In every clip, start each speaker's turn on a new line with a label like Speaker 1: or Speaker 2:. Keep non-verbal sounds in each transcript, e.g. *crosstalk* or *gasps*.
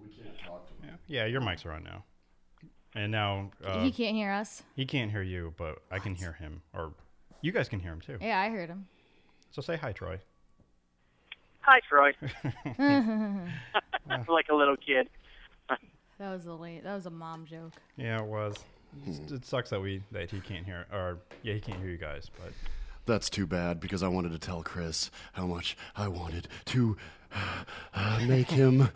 Speaker 1: We can't talk to him.
Speaker 2: Yeah, yeah your mics are on now. And now uh,
Speaker 3: he
Speaker 2: he,
Speaker 3: can't hear us.
Speaker 2: can't hear you, but I can hear him. Or you guys can hear him too.
Speaker 3: Yeah, I heard him.
Speaker 2: So say hi, Troy.
Speaker 4: Hi, Troy. *laughs* like a little kid.
Speaker 3: That was a late. That was a mom
Speaker 4: *laughs*
Speaker 3: joke.
Speaker 2: Yeah, it was. It's- It sucks that we that he can't hear or yeah he can't hear you guys, but
Speaker 1: That's too bad because I wanted to tell Chris how much I wanted to uh, make him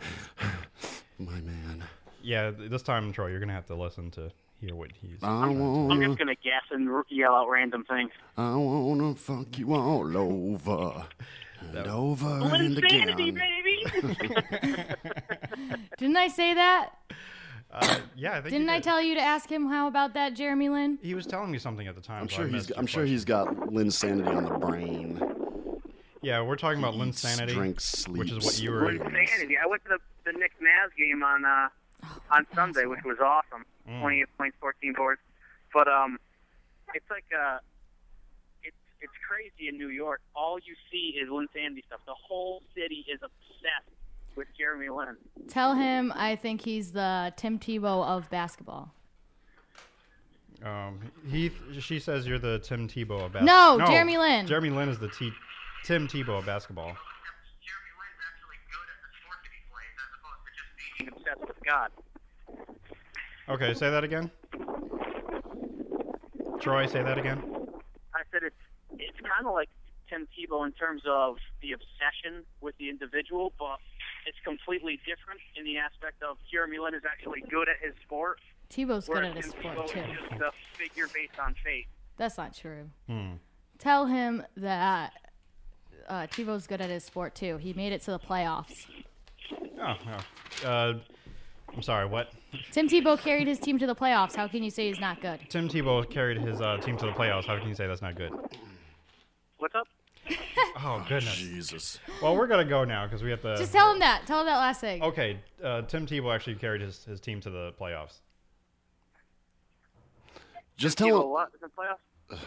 Speaker 1: my man.
Speaker 2: yeah th- this time Troy you're gonna have to listen to hear what he's.
Speaker 1: I
Speaker 4: I'm
Speaker 1: wanna,
Speaker 4: just gonna guess and r- yell out random things.
Speaker 1: I wanna fuck you all over and over and
Speaker 4: Insanity,
Speaker 1: again.
Speaker 4: baby.
Speaker 3: Didn't I say that?
Speaker 2: Uh, yeah, I think you
Speaker 3: Didn't I
Speaker 2: did.
Speaker 3: tell you to ask him how about that, Jeremy Lin?
Speaker 2: He was telling me something at the time.
Speaker 1: I'm
Speaker 2: so
Speaker 1: sure
Speaker 2: I
Speaker 1: he's.
Speaker 2: missed your
Speaker 1: I'm sure
Speaker 2: question.
Speaker 1: he's got Lynn's sanity on the brain.
Speaker 2: Yeah, we're talking about Lynn's
Speaker 1: Eats,
Speaker 2: sanity,
Speaker 1: drinks,
Speaker 2: which is what
Speaker 1: sleeps.
Speaker 2: you were.
Speaker 4: Insanity. I went to the, the Knicks Mavs game on uh, on Sunday, which was awesome.
Speaker 2: Mm.
Speaker 4: Twenty-eight points, fourteen boards. But um, it's like uh, it's it's crazy in New York. All you see is Lynn Sandy stuff. The whole city is obsessed with Jeremy Lin.
Speaker 3: Tell him I think he's the Tim Tebow of basketball.
Speaker 2: Um, he, she says you're the Tim Tebow of
Speaker 3: No,
Speaker 2: basketball.
Speaker 3: Jeremy Lin.
Speaker 2: Jeremy Lin is the T, Tim Tebow of basketball.
Speaker 4: Jeremy Lin's actually good at the sport that he plays, as opposed to just being obsessed with God.
Speaker 2: Okay, say that again. Troy, say that again.
Speaker 4: I said it's it's kind of like Tim Tebow in terms of the obsession with the individual, but it's completely different in the aspect of Jeremy Lin is actually good at his sport,
Speaker 3: Tebow's good
Speaker 4: whereas
Speaker 3: at his
Speaker 4: Tim
Speaker 3: sport
Speaker 4: Tebow
Speaker 3: too.
Speaker 4: is just a figure based on faith.
Speaker 3: That's not true.
Speaker 2: Hmm.
Speaker 3: Tell him that uh, Tebow's good at his sport too. He made it to the playoffs.
Speaker 2: Oh, oh. Uh, I'm sorry. What?
Speaker 3: Tim Tebow carried his team to the playoffs. How can you say he's not good?
Speaker 2: Tim Tebow carried his uh, team to the playoffs. How can you say that's not good?
Speaker 4: What's up?
Speaker 2: Oh goodness.
Speaker 1: Jesus.
Speaker 2: Well, we're gonna go now because we have to.
Speaker 3: Just tell him that. Tell him that last thing.
Speaker 2: Okay, uh, Tim Tebow actually carried his, his team to the playoffs.
Speaker 1: Just
Speaker 4: Tebow
Speaker 1: tell him.
Speaker 4: what? The playoffs?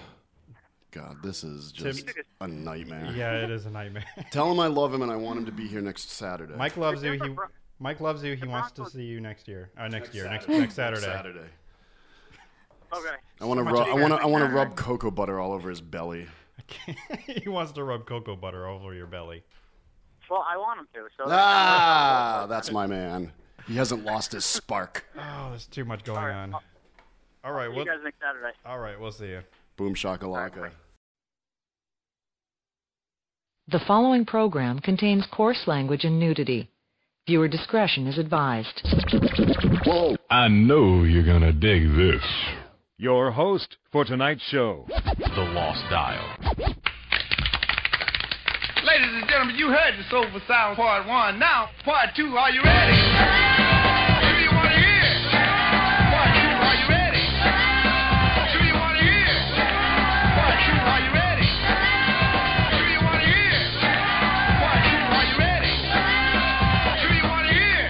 Speaker 1: God, this is
Speaker 2: Tim-
Speaker 1: just a nightmare.
Speaker 2: Yeah, it is a
Speaker 4: *laughs*
Speaker 2: nightmare. *laughs*
Speaker 1: Tell him I love him and I want him to be here next Saturday.
Speaker 2: Mike loves you. He
Speaker 4: Bron-
Speaker 2: Mike loves you. He wants to
Speaker 4: Broncos-
Speaker 2: see you next year. Uh, next, year. Next next Saturday.
Speaker 1: Saturday.
Speaker 4: Okay.
Speaker 1: I want to.
Speaker 2: much
Speaker 1: Ru- I want to. I want to
Speaker 2: effort.
Speaker 1: rub cocoa butter all over his belly.
Speaker 2: *laughs* he wants to rub cocoa butter all over your belly.
Speaker 4: Well, I want him to. So
Speaker 1: Ah, that's my man. He hasn't lost his spark.
Speaker 2: Oh, there's too much going
Speaker 4: All right,
Speaker 2: on.
Speaker 4: I'll-
Speaker 2: All right,
Speaker 4: you
Speaker 2: we'll,
Speaker 4: guys next Saturday.
Speaker 2: all right, we'll see you.
Speaker 1: Boom shakalaka.
Speaker 5: The following program contains coarse language and nudity. Viewer discretion is advised.
Speaker 1: Whoa.
Speaker 6: I know you're gonna dig this. Your host for tonight's show, The Lost Dial.
Speaker 7: Ladies and gentlemen, you heard the Soulful Sound Part 1. Now, Part 2, are you ready? Do you want to hear? Part 2, are you ready? Do you want to hear? Part 2, are you ready? Do you want to hear? Part 2, are you ready? Do you want to hear?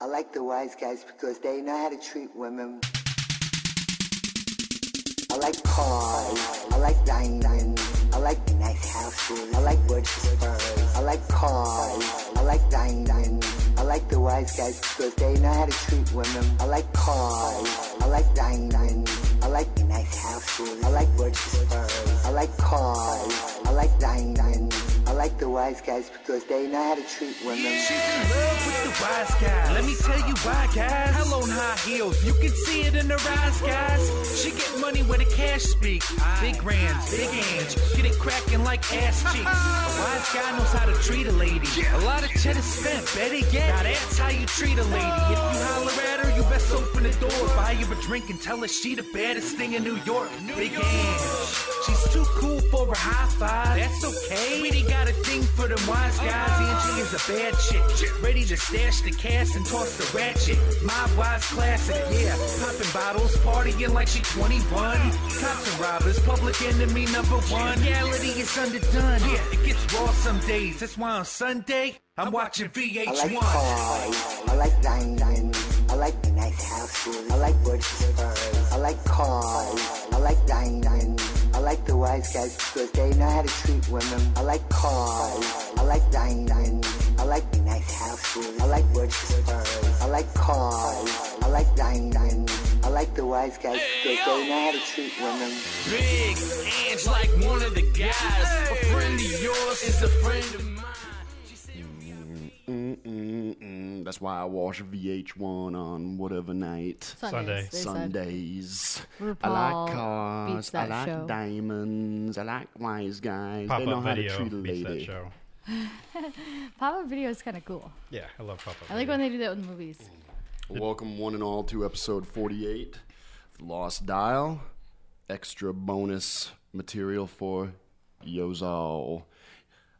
Speaker 8: I like the wise guys because they know how to treat women. I like cars. I like diamonds. I like nice houses. I like Worcestershires. I like cars. I like diamonds. I like the wise guys because they know how to treat women. I like cars. I like diamonds. I like nice houses. I like Worcestershires. I like cars. I like diamonds. I like the wise guys because they know how to treat women.
Speaker 9: love with the wise guys. Let me tell you why, guys. Hell on high heels, you can see it in her eyes, guys. She get money where the cash speaks. Big rams, big hands, get it cracking like *laughs* ass cheeks. A wise guy knows how to treat a lady. A lot of cheddar spent, better yet. Now that's how you treat a lady. If you holler at her, you best open the door, buy her a drink, and tell her she the baddest thing in New York. big hands. She's too cool for a high five. That's okay. Sweetie got a thing for them wise guys. Angie is a bad chick. Ready to stash the cash and toss the ratchet. My wise classic, yeah. Popping bottles, partying like she 21. Cops and robbers, public enemy number one. Reality is underdone. Yeah, it gets raw some days. That's why on Sunday, I'm watching
Speaker 8: I like
Speaker 9: VH1.
Speaker 8: cars. I like diamonds. I like nice houses. I like Worcester's. I like cars. I like diamonds. I like the wise guys because they know how to treat women. I like cars. I like diamonds. I like nice houses. I like Worcester's. I like cars. I like diamonds. I like the wise guys because they know how to treat women.
Speaker 9: Big hands like one of the guys. A friend of yours is a friend of mine.
Speaker 1: Mm-mm-mm. That's why I watch VH1 on whatever night.
Speaker 2: Sunday.
Speaker 3: They said.
Speaker 1: Sundays. I
Speaker 3: RuPaul
Speaker 1: like
Speaker 3: beats
Speaker 1: cars. I
Speaker 3: that
Speaker 1: like
Speaker 3: show.
Speaker 1: diamonds. I like wise guys.
Speaker 2: Pop
Speaker 1: they know
Speaker 2: up
Speaker 1: how to
Speaker 2: video
Speaker 1: treat a
Speaker 2: beats that
Speaker 1: lady.
Speaker 2: show.
Speaker 3: Pop-up video is kind of cool.
Speaker 2: Yeah, I love pop up.
Speaker 3: I like when they do that with movies.
Speaker 1: Welcome, one and all, to episode 48 of Lost Dial. Extra bonus material for Yozal.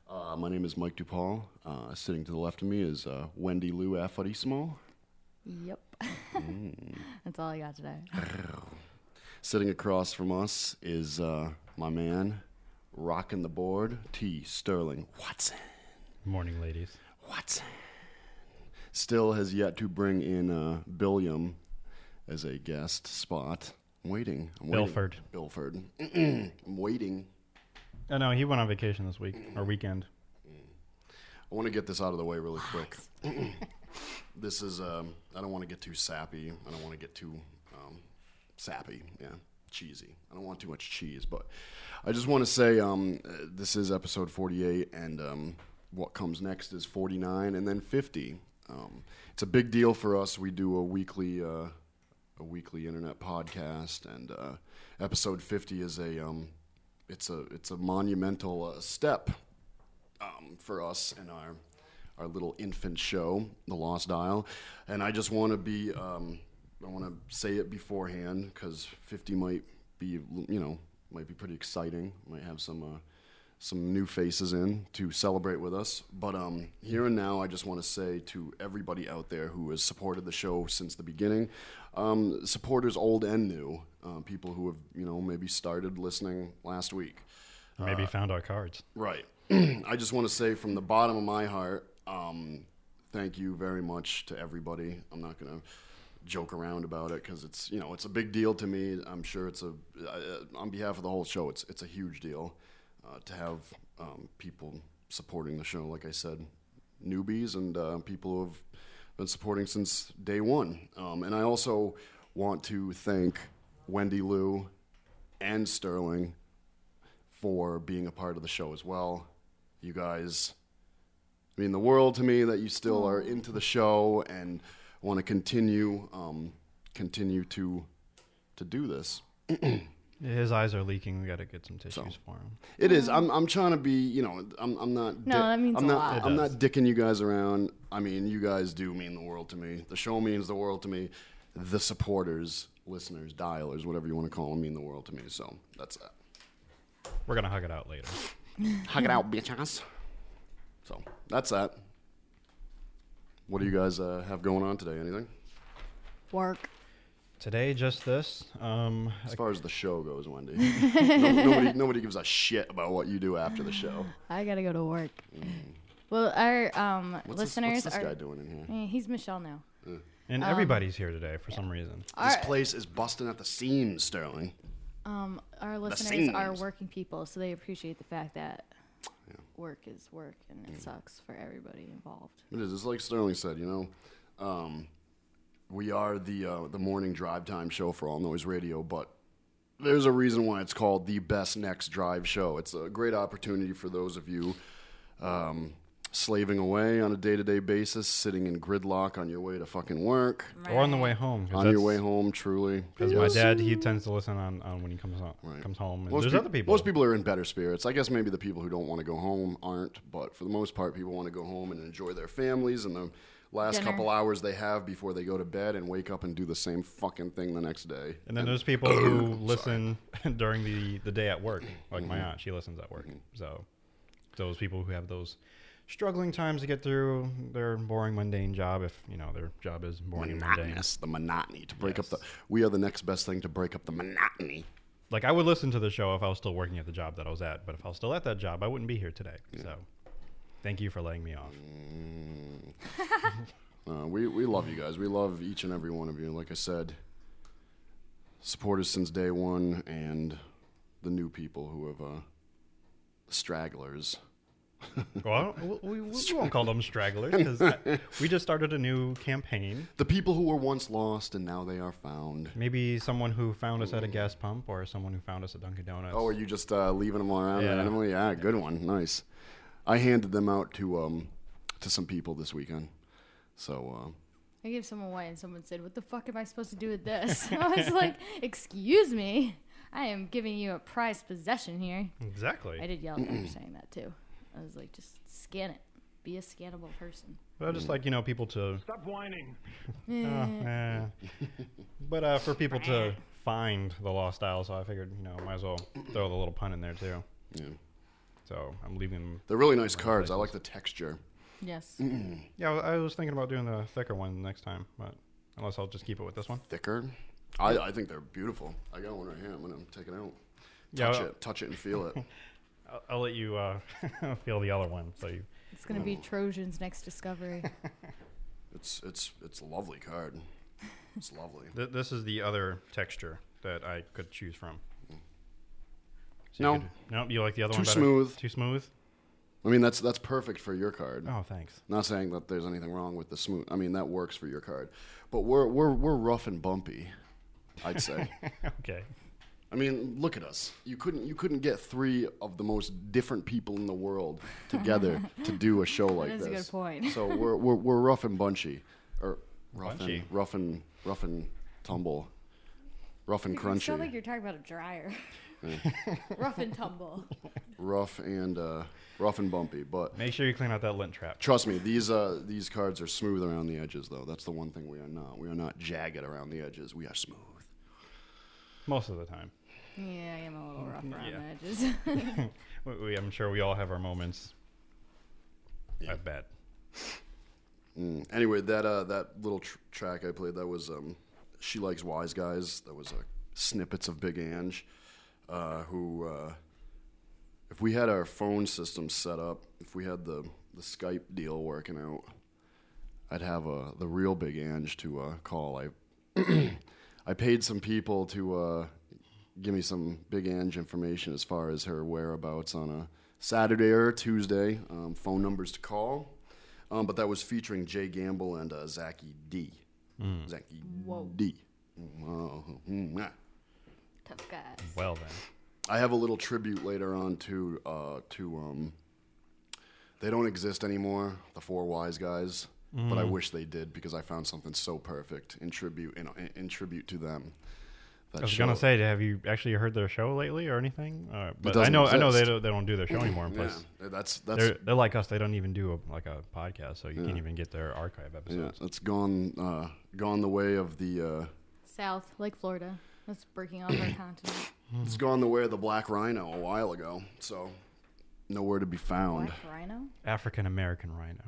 Speaker 1: Uh, my name is Mike DuPaul. Uh, sitting to the left of me is uh, Wendy Lou Afarismo.
Speaker 3: Yep.
Speaker 1: Mm.
Speaker 3: *laughs* That's all I got
Speaker 1: *laughs*
Speaker 3: today.
Speaker 1: Sitting across from us is uh, my man, rocking the board, T. Sterling Watson.
Speaker 2: Morning, ladies.
Speaker 1: Watson still has yet to bring in uh, Billiam as a guest spot. I'm waiting. I'm waiting.
Speaker 2: Bilford.
Speaker 1: Bilford. *clears throat* I'm waiting.
Speaker 2: Oh no, he went on vacation this week or weekend.
Speaker 1: I want to get this out of the way really quick. *clears throat* this is. Um, I don't want to get too sappy. I don't want to get too um, sappy. Yeah, cheesy. I don't want too much cheese, but I just want to say um, uh, this is episode forty-eight, and um, what comes next is forty-nine, and then fifty. Um, it's a big deal for us. We do a weekly. Uh, a weekly internet podcast, and uh, episode fifty is a um, it's a it's a monumental uh, step um, for us and our our little infant show, The Lost Dial. And I just want to be um, I want to say it beforehand because 50 might be you know might be pretty exciting. Might have some uh, some new faces in to celebrate with us. But um, here and now, I just want to say to everybody out there who has supported the show since the beginning, um, supporters old and new, uh, people who have you know maybe started listening last week.
Speaker 2: Maybe
Speaker 1: Uh,
Speaker 2: found our cards.
Speaker 1: Right. *clears throat* I just want to say from the bottom of my heart, um, thank you very much to everybody. I'm not going to joke around about it because it's you know it's a big deal to me. I'm sure it's a uh, on behalf of the whole show. It's it's a huge deal uh, to have um, people supporting the show. Like I said, newbies and uh, people who have been supporting since day one. Um, and I also want to thank Wendy Lou and Sterling for being a part of the show as well. You guys mean the world to me that you still are into the show and want to continue um, continue to to do this.
Speaker 2: His eyes are leaking. We got to get some tissues for him.
Speaker 1: It is. I'm I'm trying to be. You know, I'm I'm not.
Speaker 3: No, that means
Speaker 1: I'm
Speaker 3: a
Speaker 1: not.
Speaker 3: lot. It
Speaker 1: I'm not dicking you guys around. I mean, you guys do mean the world to me. The show means the world to me. The supporters, listeners, dialers, whatever you want to call them, mean the world to me. So that's that.
Speaker 2: We're gonna hug it out later.
Speaker 1: Hug it out, bitches. So that's that. What do you guys uh, have going on today? Anything
Speaker 3: Work.
Speaker 2: Today, just this. Um,
Speaker 1: as far as the show
Speaker 3: *laughs*
Speaker 1: goes, Wendy? no, nobody, nobody gives a shit about what you do after the show.
Speaker 3: I gotta go to work. Well, our um,
Speaker 1: Mm. What's
Speaker 3: listeners
Speaker 1: this, what's this
Speaker 3: are.
Speaker 1: guy doing in here?
Speaker 3: Eh, he's Michelle now.
Speaker 2: and everybody's here today for some reason.
Speaker 1: This place is busting at the seams, Sterling.
Speaker 3: Um, our listeners are
Speaker 1: scenes.
Speaker 3: working people, so they appreciate the fact that work is work and
Speaker 1: Mm.
Speaker 3: it sucks for everybody involved.
Speaker 1: It is. It's like Sterling said, you know, um, we are the uh, the morning drive time show for All Noise Radio, but there's a reason why it's called the best next drive show. It's a great opportunity for those of you um, slaving away on a day to day basis, sitting in gridlock on your way to fucking work.
Speaker 2: Or on the way home, 'cause
Speaker 1: On your
Speaker 2: that's-
Speaker 1: way home, truly.
Speaker 2: Because my
Speaker 1: Yes.
Speaker 2: dad, he tends to listen on, on when he comes on, comes home. And there's
Speaker 1: peop-
Speaker 2: other people.
Speaker 1: Most people are in better spirits. I guess maybe the people who don't want to go home aren't, but for the most part, people want to go home and enjoy their families and the last
Speaker 2: Dinner.
Speaker 1: couple hours they have before they go to bed and wake up and do the same fucking thing the next day.
Speaker 2: And then there's people
Speaker 1: Oh,
Speaker 2: who listen *laughs* during the, the day at work. Like
Speaker 1: Mm-hmm.
Speaker 2: my aunt, she listens at work. So those people who have those struggling times to get through their boring mundane job, if you know their job is boring and mundane.
Speaker 1: monotonous, the monotony to break up the. We are the next best thing to break up the monotony.
Speaker 2: Like I would listen to the show if I was still working at the job that I was at, but if I was still at that job, I wouldn't be here today. So thank you for letting me off.
Speaker 1: Mm. Uh, we, we love you guys. We love each and every one of you. Like I said, supporters since day one and the new people who have, uh, the stragglers. *laughs*
Speaker 2: Well, I don't- we, we, we won't call them stragglers because we just started a new campaign.
Speaker 1: The people who were once lost and now they are found.
Speaker 2: Maybe someone who found us at a gas pump or someone who found us at Dunkin' Donuts.
Speaker 1: Mm. Oh, are you just uh, leaving them around
Speaker 2: Yeah.
Speaker 1: randomly? Yeah, good one. Nice. I handed them out to um to some people this weekend. So uh,
Speaker 3: I gave some away, and someone said, "What the fuck am I supposed to do with this?" *laughs* I was
Speaker 1: *laughs*
Speaker 3: like, "Excuse me, I am giving you a prized possession here."
Speaker 2: Exactly.
Speaker 3: I did yell at
Speaker 1: *clears throat*
Speaker 3: them for saying that too. I was like, "Just scan it. Be a scannable person."
Speaker 2: But I just like you know people to.
Speaker 3: Stop whining.
Speaker 2: *laughs* Oh, eh. but uh, for people to find the lost isle, so I figured you know might as well throw the little pun in there too.
Speaker 1: Yeah.
Speaker 2: So I'm leaving them.
Speaker 1: they're really nice cards. I like the texture.
Speaker 3: Yes.
Speaker 2: Yeah, I I was thinking about doing the thicker one next time, but unless I'll just keep it with this one.
Speaker 1: Thicker. I, I think they're beautiful. I got one right here. I'm gonna take it out.
Speaker 2: Yeah,
Speaker 1: Touch
Speaker 2: well-
Speaker 1: it. Touch it and
Speaker 2: *laughs*
Speaker 1: feel it.
Speaker 2: I'll, I'll let you uh, *laughs* feel the other one. So you.
Speaker 3: It's gonna be Trojan's next discovery.
Speaker 1: It's it's it's a lovely card. It's lovely.
Speaker 2: Th- this is the other texture that I could choose from. So you
Speaker 1: No.
Speaker 2: could- no, you like the other
Speaker 1: Too
Speaker 2: one better?
Speaker 1: smooth.
Speaker 2: Too smooth.
Speaker 1: I mean that's that's perfect for your card.
Speaker 2: Oh, thanks. *laughs*
Speaker 1: Not saying that there's anything wrong with the smooth. I mean that works for your card, but we're we're we're rough and bumpy. I'd
Speaker 3: *laughs*
Speaker 1: say.
Speaker 2: Okay.
Speaker 1: I mean, look at us. You couldn't you couldn't get three of the most different people in the world
Speaker 3: *laughs*
Speaker 1: together to do a show like
Speaker 3: is
Speaker 1: this.
Speaker 3: a good point.
Speaker 1: so we're, we're we're rough and bunchy, or rough
Speaker 2: Bunchy.
Speaker 1: and rough and rough and tumble, rough and
Speaker 3: You sound like
Speaker 1: crunchy,
Speaker 3: you're talking about a dryer.
Speaker 1: Yeah.
Speaker 3: *laughs* Rough and tumble.
Speaker 1: rough and uh, rough and bumpy. But
Speaker 2: Make sure you clean out that lint trap.
Speaker 1: Trust me, these uh, these cards are smooth around the edges, though. That's the one thing we are not. We are not jagged around the edges. We are smooth.
Speaker 2: Most of the time.
Speaker 3: Yeah, I am a little rough around
Speaker 2: Yeah.
Speaker 3: the edges. *laughs*
Speaker 2: we, we- I'm sure we all have our moments. I bet.
Speaker 1: Mm. Anyway, that uh, that little tr- track I played that was um, she likes wise guys. That was uh, snippets of Big Ange, uh, who uh, if we had our phone system set up, if we had the the Skype deal working out, I'd have uh, the real Big Ange to uh, call. I *clears throat* I paid some people to uh, give me some Big Ange information as far as her whereabouts on a Saturday or Tuesday. Um, phone numbers to call. Um, but that was featuring Jay Gamble and uh, Zachy D.
Speaker 2: Mm.
Speaker 1: Zachy D. Wow. Mwah.
Speaker 3: Tough guys.
Speaker 2: Well then.
Speaker 1: I have a little tribute later on to uh, to um, they don't exist anymore, the four wise guys. But I
Speaker 2: Mm.
Speaker 1: wish they did because I found something so perfect in tribute in, in, in tribute to them. That
Speaker 2: I was
Speaker 1: show-
Speaker 2: gonna say, have you actually heard their show lately or anything? Uh, but I
Speaker 1: doesn't
Speaker 2: know, I know they
Speaker 1: exist.
Speaker 2: don't, they don't do their show anymore.
Speaker 1: Yeah,
Speaker 2: Plus,
Speaker 1: that's- that's-
Speaker 2: they're, they're like us; they don't even do a, like a podcast, so you
Speaker 1: Yeah.
Speaker 2: can't even get their archive
Speaker 1: yeah,
Speaker 2: episodes.
Speaker 1: that's gone uh, gone the way of the uh,
Speaker 3: South, like Florida. That's breaking off our continent.
Speaker 2: Mm.
Speaker 1: it's gone the way of the black rhino a while ago. So nowhere to be found.
Speaker 3: Black rhino?
Speaker 2: African American rhino.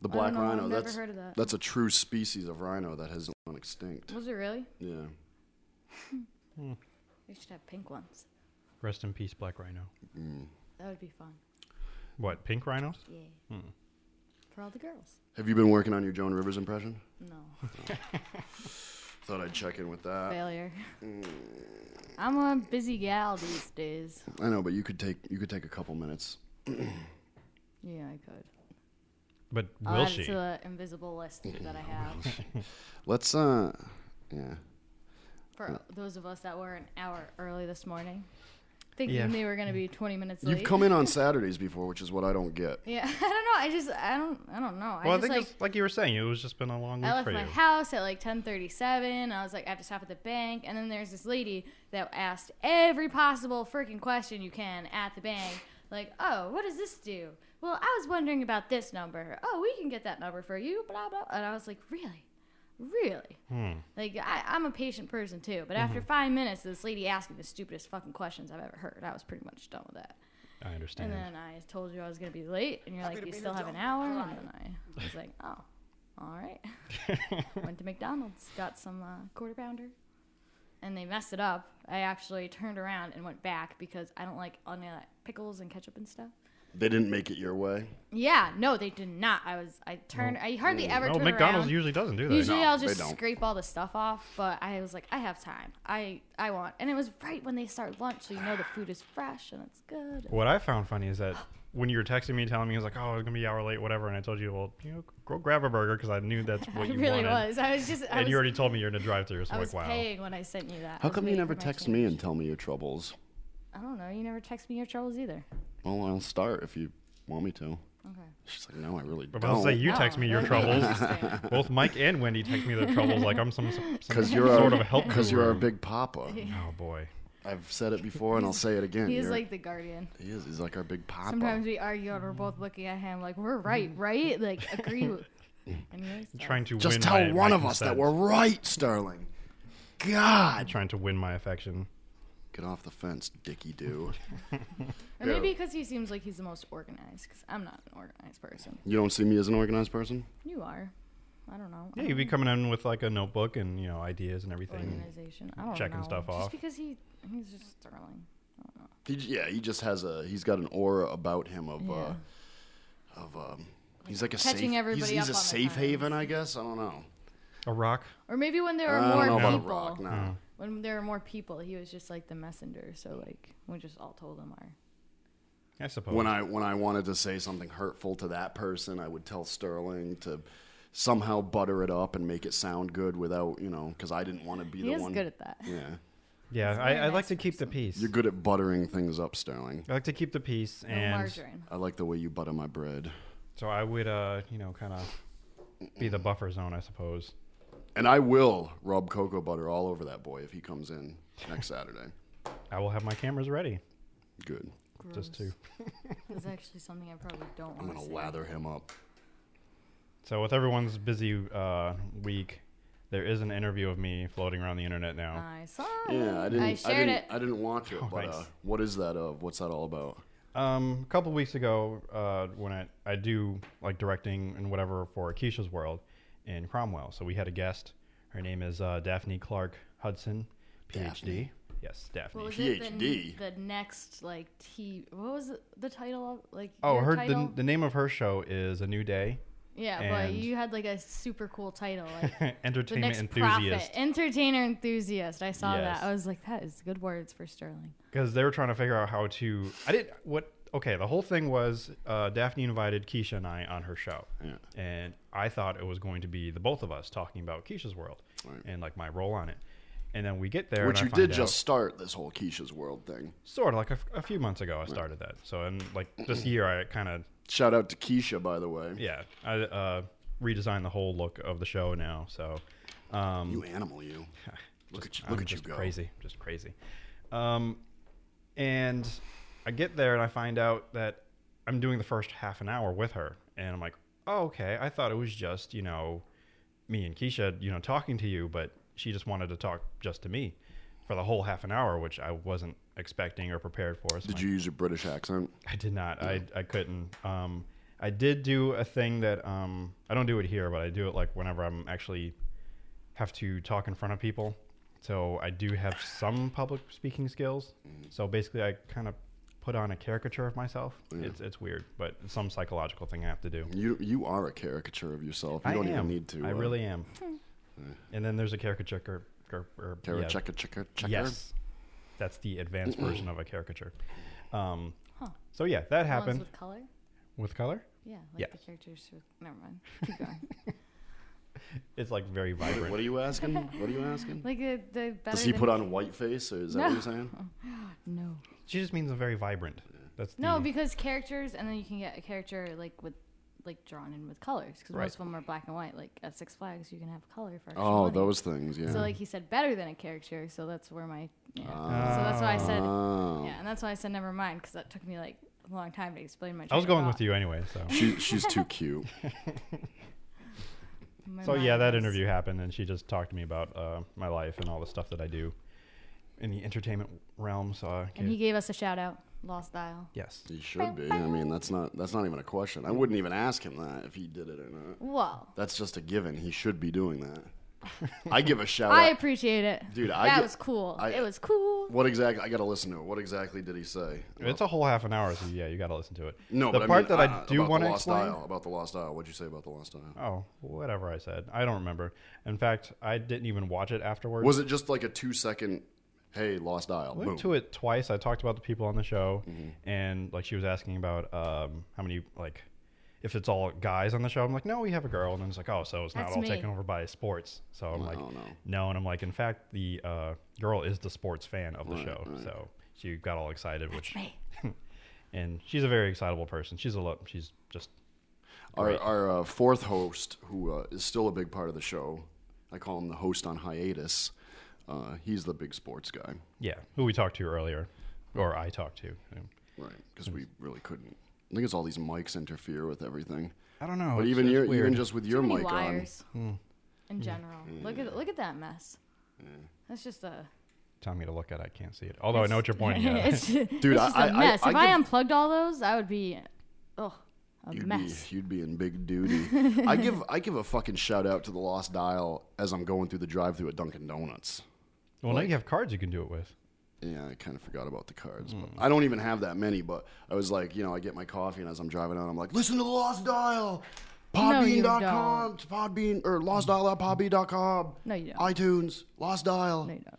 Speaker 1: The
Speaker 3: I
Speaker 1: black
Speaker 3: don't know, I've
Speaker 1: rhino.
Speaker 3: never
Speaker 1: that's
Speaker 3: heard of that.
Speaker 1: that's a true species of rhino that has gone extinct.
Speaker 3: Was it really?
Speaker 1: Yeah.
Speaker 3: We should have pink ones.
Speaker 2: Rest in peace, Black Rhino.
Speaker 3: That would be fun.
Speaker 2: What pink rhinos?
Speaker 3: Yeah. For all the girls.
Speaker 1: Have you been working on your Joan Rivers impression?
Speaker 3: No.
Speaker 1: Thought I'd check in with that.
Speaker 3: Failure.
Speaker 1: Mm,
Speaker 3: I'm a busy gal these days.
Speaker 1: I know, but you could take you could take a couple minutes.
Speaker 3: Yeah, I could.
Speaker 2: But
Speaker 3: I'll
Speaker 2: will
Speaker 3: add
Speaker 2: she?
Speaker 3: it to the invisible list that I have.
Speaker 1: Let's uh, yeah.
Speaker 3: For those of us that were an hour early this morning, thinking
Speaker 1: Yeah.
Speaker 3: they were going to be 20 minutes late.
Speaker 1: You've come
Speaker 3: *laughs*
Speaker 1: in on Saturdays before, which is what I don't get.
Speaker 3: Yeah, *laughs* I don't know. I just I don't I don't know.
Speaker 2: Well, I,
Speaker 3: I just
Speaker 2: think
Speaker 3: like
Speaker 2: it's like you were saying, it was just been a long
Speaker 3: I
Speaker 2: week
Speaker 3: left
Speaker 2: for
Speaker 3: my
Speaker 2: you.
Speaker 3: house at like 10:37. I was like, I have to stop at the bank, and then there's this lady that asked every possible freaking question you can at the bank. Like, oh, what does this do? Well, I was wondering about this number. Oh, we can get that number for you. Blah blah. And I was like, really, really.
Speaker 7: Hmm.
Speaker 3: Like, I, I'm a patient person too. But after
Speaker 2: Mhm.
Speaker 3: five minutes, of this lady asking the stupidest fucking questions I've ever heard. I was pretty much done with that.
Speaker 2: I understand.
Speaker 3: And then I told you I was going to be late, and you're
Speaker 10: I'm
Speaker 3: like,
Speaker 10: gonna
Speaker 3: you
Speaker 10: be
Speaker 3: still
Speaker 10: here
Speaker 3: have an
Speaker 10: till
Speaker 3: hour?
Speaker 10: five.
Speaker 3: And then I was like, oh, all
Speaker 1: *laughs*
Speaker 3: right. Went to McDonald's, got some uh, quarter pounder, and they messed it up. I actually turned around and went back because I don't like on uh, pickles and ketchup and stuff.
Speaker 1: They didn't make it your way.
Speaker 3: Yeah, no, they did not. I was, I turned, I hardly
Speaker 1: mm.
Speaker 3: ever
Speaker 1: No,
Speaker 2: Oh,
Speaker 3: turn
Speaker 1: McDonald's
Speaker 3: around.
Speaker 1: usually doesn't do that.
Speaker 3: Usually
Speaker 1: No,
Speaker 3: I'll
Speaker 1: they
Speaker 3: just
Speaker 1: don't.
Speaker 3: scrape all the stuff off, but I was like, I have time. I, I want. And it was right when they start lunch, so you know the food is fresh and it's good. *laughs*
Speaker 2: What I found funny is that when you were texting me, telling me, I was like, oh, it's going to be an hour late, whatever. And I told you, well, you know, go grab a burger because I knew that's what
Speaker 3: *laughs* I
Speaker 2: you
Speaker 3: really
Speaker 2: wanted.
Speaker 3: was. I was just- I
Speaker 2: and
Speaker 3: was-
Speaker 2: you already told me you're in a drive through. So,
Speaker 3: I was
Speaker 2: like, wow.
Speaker 3: paying when I sent you that. I
Speaker 1: How
Speaker 3: was
Speaker 1: come you
Speaker 3: waiting
Speaker 1: never
Speaker 3: for my
Speaker 1: text
Speaker 3: change.
Speaker 1: me and tell me your troubles?
Speaker 3: I don't know. You never text me your troubles either.
Speaker 1: Well, I'll start if you want me to.
Speaker 3: Okay.
Speaker 1: She's like, no, I really
Speaker 2: But
Speaker 1: don't.
Speaker 2: I was like,
Speaker 1: *laughs*
Speaker 2: you
Speaker 3: Oh,
Speaker 2: text me your troubles. Both Mike and Wendy text me their troubles like I'm some, some
Speaker 1: Because you're
Speaker 2: *laughs* sort
Speaker 1: our,
Speaker 2: of
Speaker 1: *laughs*
Speaker 2: help
Speaker 1: Because you're
Speaker 2: guru.
Speaker 1: our big papa.
Speaker 3: *laughs*
Speaker 2: Oh, boy.
Speaker 1: I've said it before and I'll say it again.
Speaker 3: he is
Speaker 1: You're- Oh.
Speaker 3: like the guardian.
Speaker 1: He is. He's like our big papa.
Speaker 3: Sometimes we argue and we're both looking at him like we're
Speaker 1: *laughs*
Speaker 3: right, right? Like agree. with *laughs* and he always
Speaker 2: trying to
Speaker 1: Just
Speaker 2: win
Speaker 1: tell
Speaker 2: my-
Speaker 1: one
Speaker 2: my
Speaker 1: of us that
Speaker 2: consent.
Speaker 1: we're right, Sterling. God.
Speaker 2: Trying to win my affection.
Speaker 1: Get off the fence, Dicky Doo.
Speaker 3: Or maybe because he seems like he's the most organized. Because I'm not an organized person.
Speaker 1: You don't see me as an organized person?
Speaker 3: You are. I don't know.
Speaker 2: Yeah, you'd be coming in with like a notebook and, you know, ideas and everything. and
Speaker 3: Organization. I don't
Speaker 2: Checking
Speaker 3: know.
Speaker 2: stuff
Speaker 3: Just
Speaker 2: off.
Speaker 3: because he he's just Sterling.
Speaker 1: He, j- yeah, he just has a. He's got an aura about him of. Uh,
Speaker 3: Yeah.
Speaker 1: of um, he's like a
Speaker 3: catching
Speaker 1: safe.
Speaker 3: everybody
Speaker 1: he's he's
Speaker 3: up
Speaker 1: a
Speaker 3: on the
Speaker 1: safe haven, I guess. I don't know.
Speaker 2: A rock.
Speaker 3: Or maybe when there were
Speaker 1: I don't
Speaker 3: more
Speaker 1: know about a
Speaker 3: people.
Speaker 1: rock, no. Yeah.
Speaker 3: When there were more people, he was just like the messenger. So like we just all told him our
Speaker 2: I suppose.
Speaker 1: When I when I wanted to say something hurtful to that person, I would tell Sterling to somehow butter it up and make it sound good without you know because I didn't want to be
Speaker 3: He
Speaker 1: the
Speaker 3: is
Speaker 1: one.
Speaker 3: good at that.
Speaker 1: Yeah.
Speaker 2: Yeah, I, I like to keep the peace.
Speaker 1: You're good at buttering things up, Sterling.
Speaker 2: I like to keep the peace
Speaker 3: No
Speaker 2: and
Speaker 3: margarine.
Speaker 1: I like the way you butter my bread.
Speaker 2: So I would, uh, you know, kind of be the buffer zone, I suppose.
Speaker 1: And I will rub cocoa butter all over that boy if he comes in next Saturday.
Speaker 2: I will have my cameras ready.
Speaker 1: Good.
Speaker 2: Just
Speaker 3: Gross.
Speaker 2: two.
Speaker 3: It's actually something I probably don't want
Speaker 1: I'm gonna
Speaker 3: to say.
Speaker 1: lather him up.
Speaker 2: So with everyone's busy uh, week, there is an interview of me floating around the internet now.
Speaker 3: I saw.
Speaker 1: Yeah, I didn't.
Speaker 3: I shared
Speaker 1: didn't,
Speaker 3: it.
Speaker 1: I didn't watch it,
Speaker 2: Oh,
Speaker 1: but uh,
Speaker 2: nice.
Speaker 1: what is that of? What's that all about?
Speaker 3: Ah.
Speaker 2: Um, a couple weeks ago, uh, when I, I do like directing and whatever for Keisha's World in Cromwell, so we had a guest. Her name is uh, Daphne Clark Hudson, PhD.
Speaker 1: Daphne.
Speaker 2: Yes, Daphne.
Speaker 3: What was it? The, the next like T. What was it, the title of like?
Speaker 2: Oh,
Speaker 3: your
Speaker 2: her
Speaker 3: title?
Speaker 2: the, the name of her show is A New Day.
Speaker 3: yeah, but
Speaker 2: and
Speaker 3: you had like a super cool title.
Speaker 2: *laughs*
Speaker 3: Like,
Speaker 2: Entertainment
Speaker 3: the next
Speaker 2: enthusiast.
Speaker 3: Prophet. Entertainer enthusiast. I saw
Speaker 2: Yes.
Speaker 3: that. I was like, that is good words for Sterling.
Speaker 2: because they were trying to figure out how to. I didn't. What? Okay, the whole thing was uh, Daphne invited Keisha and I on her show, and I thought it was going to be the both of us talking about Keisha's world and like my role on it. And then we get there,
Speaker 1: Which
Speaker 2: and I
Speaker 1: you
Speaker 2: find
Speaker 1: did
Speaker 2: out-
Speaker 1: just start this whole Keisha's World thing.
Speaker 2: sort of like a, f- a few months ago. I started that. So and like this year, I kind of
Speaker 1: Shout out to Keisha, by the way.
Speaker 2: yeah, I uh, redesigned the whole look of the show now. So um,
Speaker 1: You
Speaker 2: *laughs*
Speaker 1: animal, you. Look at you.
Speaker 2: I'm
Speaker 1: Look at you
Speaker 2: just
Speaker 1: go.
Speaker 2: crazy, just crazy. Um, and I get there and I find out that I'm doing the first half an hour with her, and I'm like, oh, okay. I thought it was just you know me and Keisha, you know, talking to you, but she just wanted to talk just to me for the whole half an hour, which I wasn't expecting or prepared for. So
Speaker 1: Did
Speaker 2: my-
Speaker 1: you use your British accent?
Speaker 2: I did not. I, I couldn't. Um, I did do a thing that um, I don't do it here, but I do it like whenever I'm actually have to talk in front of people. So I do have some public speaking skills. So basically, I kind of put on a caricature of myself.
Speaker 1: Yeah.
Speaker 2: It's it's weird, but it's some psychological thing I have to do.
Speaker 1: You you are a caricature of yourself. You
Speaker 2: I
Speaker 1: don't
Speaker 2: am.
Speaker 1: even need to.
Speaker 2: I
Speaker 1: uh,
Speaker 2: really am. And then there's a caricature. Or, or,
Speaker 1: Cara- checker, checker, checker?
Speaker 2: Yes, that's the advanced version of a caricature. Um, So yeah, that
Speaker 3: The ones
Speaker 2: happened
Speaker 3: with color.
Speaker 2: with color.
Speaker 3: Yeah, like
Speaker 2: yeah.
Speaker 1: *laughs*
Speaker 3: the characters. With, never mind. Keep going.
Speaker 2: it's like very vibrant.
Speaker 1: What are you asking? What are you asking?
Speaker 3: Like the, the better
Speaker 1: Does he
Speaker 3: than-
Speaker 1: put on white face, or is that what
Speaker 3: No.
Speaker 1: you're saying?
Speaker 3: *laughs* No.
Speaker 2: She just means a very vibrant. That's
Speaker 3: No,
Speaker 1: Mm.
Speaker 2: the-
Speaker 3: because characters, and then you can get a character like with like drawn in with colors because
Speaker 2: Right.
Speaker 3: most of them are black and white. Like at Six Flags, you can have color for. extra
Speaker 1: Oh,
Speaker 3: money.
Speaker 1: those things. Yeah.
Speaker 3: So like he said, better than a character. So that's where my yeah. so that's why I said
Speaker 1: Oh.
Speaker 3: yeah, and that's why I said never mind because that took me like a long time to explain my.
Speaker 2: I was
Speaker 3: train of
Speaker 2: going with
Speaker 3: thought.
Speaker 2: you anyway. So
Speaker 1: she, she's too
Speaker 3: *laughs*
Speaker 1: cute.
Speaker 2: *laughs*
Speaker 3: My
Speaker 2: So yeah,
Speaker 3: mind
Speaker 2: that
Speaker 3: was-
Speaker 2: interview happened, and she just talked to me about uh, my life and all the stuff that I do in the entertainment realm. So I
Speaker 3: And he
Speaker 2: gave-
Speaker 3: gave us a shout out, Lost Dial.
Speaker 2: yes,
Speaker 1: He should be. I mean, that's not that's not even a question. I wouldn't even ask him that if he did it or not.
Speaker 3: Well,
Speaker 1: That's just a given. He should be doing that. I give a shout
Speaker 3: *laughs* I
Speaker 1: out.
Speaker 3: appreciate it,
Speaker 1: Dude, I
Speaker 3: That
Speaker 1: get-
Speaker 3: was cool.
Speaker 1: I-
Speaker 3: it was cool.
Speaker 1: What exactly? I gotta listen to it. What exactly did he say?
Speaker 2: it's a whole half an hour. So yeah, you got to listen to it.
Speaker 1: No,
Speaker 2: the
Speaker 1: but
Speaker 2: part
Speaker 1: I mean,
Speaker 2: that
Speaker 1: uh,
Speaker 2: I do
Speaker 1: about the
Speaker 2: want to
Speaker 1: Lost
Speaker 2: explain.
Speaker 1: Isle, about the Lost Isle. What'd you say about the Lost Isle?
Speaker 2: Oh, whatever I said, I don't remember. In fact, I didn't even watch it afterwards.
Speaker 1: Was it just like a two second? Hey, Lost Isle.
Speaker 2: I
Speaker 1: boom. Mm-hmm.
Speaker 2: went to it twice. I talked about the people on the show, and like she was asking about um, how many like if it's all guys on the show. I'm like, no, we have a girl, and then it's like, oh, so it's not
Speaker 3: That's
Speaker 2: all
Speaker 3: me.
Speaker 2: taken over by sports. So I'm like,
Speaker 1: Oh, no.
Speaker 2: no, and I'm like, in fact, the uh, girl is the sports fan of the show, so she got all excited, which. And she's a very excitable person. She's a lot. She's just
Speaker 1: Our, our uh, fourth host, who uh, is still a big part of the show, I call him the host on hiatus. Uh, he's the big sports guy,
Speaker 2: yeah. Who we talked to earlier, or I talked to.
Speaker 1: right? Because we really couldn't. I think it's all these mics interfere with everything.
Speaker 2: I don't know.
Speaker 1: But
Speaker 2: it's-
Speaker 1: even
Speaker 2: it's
Speaker 1: your,
Speaker 2: weird.
Speaker 1: even just with your
Speaker 3: Too many
Speaker 1: mic
Speaker 3: wires
Speaker 2: Hmm.
Speaker 3: in general. Look at look at that mess.
Speaker 1: Mm.
Speaker 3: That's just a
Speaker 2: tell me to look at. it, I can't see it. Although I know what you're
Speaker 3: *laughs*
Speaker 2: pointing at.
Speaker 3: it's, dude,
Speaker 1: Dude,
Speaker 3: it's just
Speaker 1: I-
Speaker 3: a
Speaker 1: I- I-
Speaker 3: mess.
Speaker 1: I
Speaker 3: if I
Speaker 1: give-
Speaker 3: unplugged all those, I would be, oh, a
Speaker 1: on, you'd
Speaker 3: mess.
Speaker 1: *laughs* be you'd be in
Speaker 3: *laughs*
Speaker 1: big duty. I give I give a fucking shout out to the Lost Dial as I'm going through the drive-through at Dunkin' Donuts.
Speaker 2: Well, now you have cards you can do it with.
Speaker 1: Yeah, I kind of forgot about the cards. But I don't even have that many, but I was like, you know, I get my coffee and as I'm driving out, I'm like, listen to the Lost Dial.
Speaker 3: you
Speaker 1: Podbean.com, Podbean, or lostdial.podbean.com.
Speaker 3: No, you don't.
Speaker 1: iTunes, Lost Dial.
Speaker 3: No, you don't.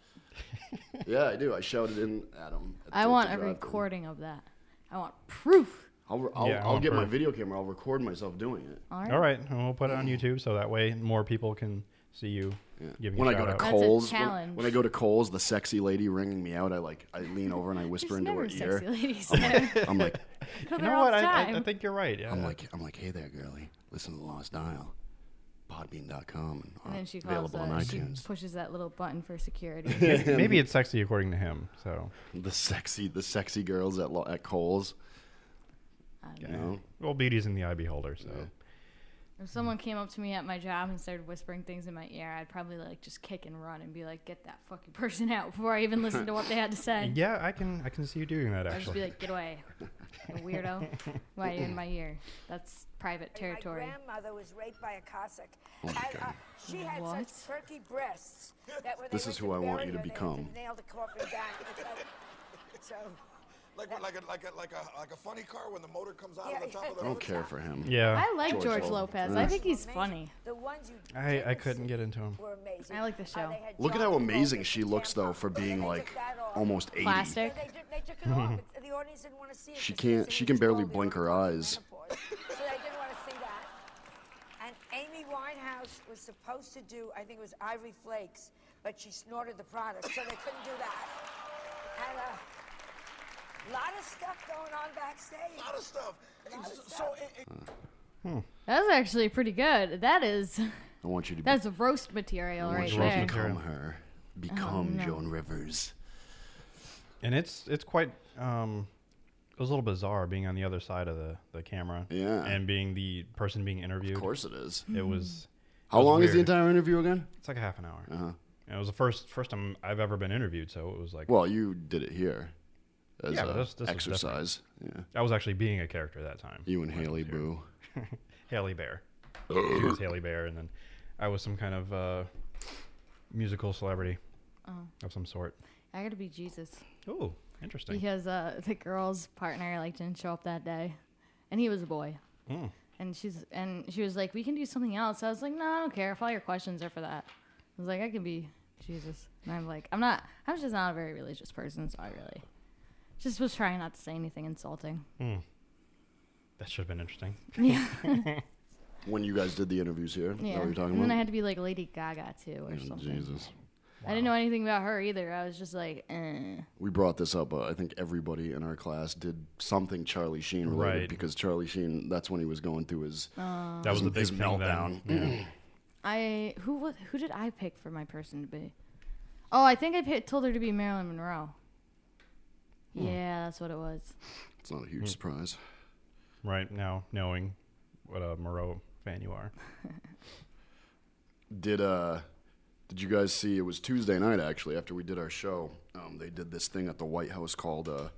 Speaker 1: Yeah, I do. I shouted in at him. at
Speaker 3: I
Speaker 1: the-
Speaker 3: want
Speaker 1: the
Speaker 3: a
Speaker 1: drive-thru.
Speaker 3: recording of that. I want proof.
Speaker 1: I'll, I'll,
Speaker 2: Yeah, I
Speaker 1: I'll
Speaker 2: want
Speaker 1: get my
Speaker 2: proof.
Speaker 1: video camera. I'll record myself doing it.
Speaker 2: All right, and we'll put it on YouTube so that way more people can see you giving
Speaker 1: when
Speaker 2: a
Speaker 1: I go to
Speaker 2: shout out.
Speaker 3: a
Speaker 1: Coles, when,
Speaker 3: challenge.
Speaker 1: when I go to Coles, the sexy lady ringing me out, I like I lean over and I
Speaker 3: There's
Speaker 1: whisper into
Speaker 3: never
Speaker 1: her
Speaker 3: sexy
Speaker 1: ear.
Speaker 3: ladies there.
Speaker 1: I'm like,
Speaker 3: *laughs* you
Speaker 2: You know what? I, I,
Speaker 3: Time.
Speaker 2: I think you're right. Yeah.
Speaker 1: I'm like, I'm like, hey there, girlie, listen to the Lost Dial, Podbean.com,
Speaker 3: and then
Speaker 1: and,
Speaker 3: she calls
Speaker 1: uh, available on
Speaker 3: that. She
Speaker 1: iTunes. *laughs*
Speaker 3: pushes that little button for security.
Speaker 2: maybe it's sexy according to him. So,
Speaker 1: The sexy, the sexy girls at Lo- at Coles.
Speaker 2: yeah. well, beauty's in the eye beholder. So,
Speaker 3: if someone came up to me at my job and started whispering things in my ear, I'd probably like just kick and run and be like, "Get that fucking person out!" Before I even listened to what they had to
Speaker 1: *laughs*
Speaker 3: say.
Speaker 2: yeah, I can I can see you doing that
Speaker 3: I'd just
Speaker 2: actually.
Speaker 3: be like, "Get away, you weirdo! Why are
Speaker 1: *laughs*
Speaker 3: you in my ear? That's private territory."
Speaker 10: My grandmother was raped by a Cossack.
Speaker 1: Oh,
Speaker 10: I, uh, she had
Speaker 3: What?
Speaker 10: such perky breasts that when
Speaker 1: This
Speaker 10: they
Speaker 1: is
Speaker 10: went
Speaker 1: who I
Speaker 10: bury
Speaker 1: want you to
Speaker 10: her, they had
Speaker 1: become.
Speaker 10: nail the coffin
Speaker 3: *laughs*
Speaker 10: down. so,
Speaker 11: Like, like, a, like, a, like, a, like a funny car when the motor comes out
Speaker 10: Yeah,
Speaker 11: of the top of
Speaker 1: *laughs*
Speaker 11: the
Speaker 1: I don't care for him.
Speaker 2: yeah,
Speaker 3: I like George, Lopez. I think he's
Speaker 10: amazing.
Speaker 3: funny.
Speaker 10: The ones you
Speaker 2: I- I
Speaker 10: didn't
Speaker 2: couldn't
Speaker 10: see
Speaker 2: get into 'em.
Speaker 10: Were amazing.
Speaker 3: I like the show.
Speaker 10: they had
Speaker 1: Look at
Speaker 10: John
Speaker 1: how
Speaker 10: Travolta
Speaker 1: amazing
Speaker 10: as
Speaker 1: she
Speaker 10: the
Speaker 1: looks though
Speaker 10: grandma,
Speaker 1: for
Speaker 10: and they
Speaker 1: being
Speaker 10: took
Speaker 1: like
Speaker 10: that off.
Speaker 1: almost 80.
Speaker 3: Plastic.
Speaker 10: They, took- they took it off. It's- The audience didn't want to see it.
Speaker 1: She
Speaker 10: because they
Speaker 1: can't-
Speaker 10: said
Speaker 1: she
Speaker 10: he
Speaker 1: can
Speaker 10: was
Speaker 1: barely
Speaker 10: 12, they
Speaker 1: blink
Speaker 10: were
Speaker 1: her
Speaker 10: talking
Speaker 1: eyes.
Speaker 10: menopause. so they didn't want to see that. And Amy Winehouse was supposed to do, I think it was Ivory Flakes, but she snorted the product, so they couldn't do that. And a lot of stuff going on backstage.
Speaker 11: lot of stuff.
Speaker 10: lot of
Speaker 11: So,
Speaker 10: stuff.
Speaker 11: it, it,
Speaker 3: That's actually pretty good. That is *laughs*
Speaker 1: I want you to be,
Speaker 3: that's roast material
Speaker 1: I want
Speaker 3: right
Speaker 1: you to
Speaker 2: roast
Speaker 3: there. Oh,
Speaker 1: become her, become Joan Rivers.
Speaker 2: and it's it's quite um, it was a little bizarre being on the other side of the the camera.
Speaker 1: Yeah.
Speaker 2: and being the person being interviewed.
Speaker 1: Of course it is.
Speaker 2: it was.
Speaker 1: How
Speaker 2: was
Speaker 1: long is the
Speaker 2: weird.
Speaker 1: entire interview again?
Speaker 2: It's like a half an hour. Uh-huh. And it was the first first time I've ever been interviewed, so it was like
Speaker 1: Well, you did it here as
Speaker 2: Yeah, but
Speaker 1: a
Speaker 2: this- this was
Speaker 1: exercise. Yeah.
Speaker 2: I was actually being a character that time.
Speaker 1: You and Haley Boo.
Speaker 2: Haley Bear. she was Haley Bear, and then I was some kind of uh, musical celebrity
Speaker 3: Oh.
Speaker 2: of some sort.
Speaker 3: I gotta be Jesus
Speaker 2: Oh, interesting.
Speaker 3: because uh, the girl's partner like didn't show up that day, and he was a boy. And she's and she was like, "We can do something else." I was like, "No, I don't care. If all your questions are for that." I was like, "I can be Jesus." And I'm like, "I'm not. I'm just not a very religious person, so I really just was trying not to say anything insulting."
Speaker 2: That should have been interesting.
Speaker 1: When you guys did the interviews here, is that
Speaker 3: Yeah.
Speaker 1: what you're talking
Speaker 3: and then
Speaker 1: about?
Speaker 3: I had to be like Lady Gaga too or
Speaker 1: Mm,
Speaker 3: something.
Speaker 1: Jesus.
Speaker 3: I didn't know anything about her either. I was just like, eh.
Speaker 1: We brought this up. Uh, I think everybody in our class did something Charlie Sheen related
Speaker 2: Right.
Speaker 1: because Charlie Sheen. That's when he was going through his
Speaker 3: Oh.
Speaker 2: That was
Speaker 1: his,
Speaker 2: the big
Speaker 1: his
Speaker 2: thing then,
Speaker 1: meltdown.
Speaker 2: yeah. *clears throat*
Speaker 3: I who was who did I pick for my person to be? Oh, I think I pi told her to be Marilyn Monroe.
Speaker 1: Hmm.
Speaker 3: Yeah, that's what it was.
Speaker 1: it's not a
Speaker 3: Hmm.
Speaker 1: huge surprise.
Speaker 2: Right now, knowing what a Moreau fan you are.
Speaker 1: Did uh, did you guys see? It was Tuesday night actually. After we did our show, um, they did this thing at the White House called uh,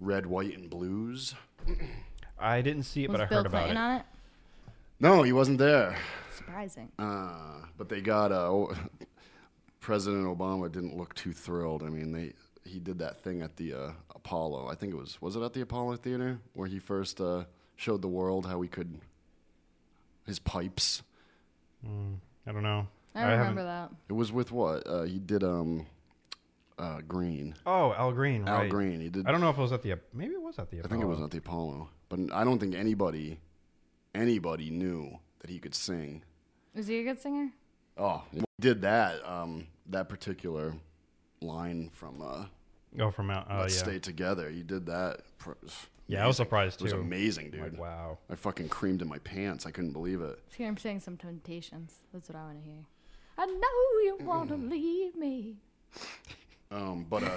Speaker 1: Red, White, and Blues.
Speaker 2: I didn't see it,
Speaker 3: was
Speaker 2: but I
Speaker 3: Bill
Speaker 2: heard about
Speaker 3: Clinton
Speaker 2: it.
Speaker 3: on it?
Speaker 1: No, he wasn't there.
Speaker 3: Surprising.
Speaker 1: Uh, but they got uh, o- *laughs* President Obama didn't look too thrilled. I mean, they he did that thing at the uh, Apollo. I think it was was it at the Apollo Theater where he first uh, showed the world how he could his pipes.
Speaker 2: Mm, I don't know.
Speaker 3: I remember that.
Speaker 1: It was with what uh, he did. Um, uh, Green.
Speaker 2: Oh, Al Green.
Speaker 1: Al
Speaker 2: right.
Speaker 1: Green, he did-
Speaker 2: I don't know if it was at the. Maybe it was at the.
Speaker 1: I think it was
Speaker 2: Apollo.
Speaker 1: at the Apollo, but I don't think anybody anybody knew that he could sing.
Speaker 3: Is he a good singer?
Speaker 1: Oh, we did that. Um, that particular line from uh,
Speaker 2: Oh, from Mount- oh,
Speaker 1: Let's
Speaker 2: yeah.
Speaker 1: Stay Together. You did that. Pr-
Speaker 2: Yeah, I was
Speaker 1: amazing.
Speaker 2: surprised,
Speaker 1: It was
Speaker 2: too.
Speaker 1: amazing, dude.
Speaker 2: Like, wow.
Speaker 1: I fucking creamed in my pants. I couldn't believe it.
Speaker 3: Let's hear him saying some Temptations. That's what I want to hear. I know you want
Speaker 2: Mm.
Speaker 3: to leave me.
Speaker 1: Um, but uh,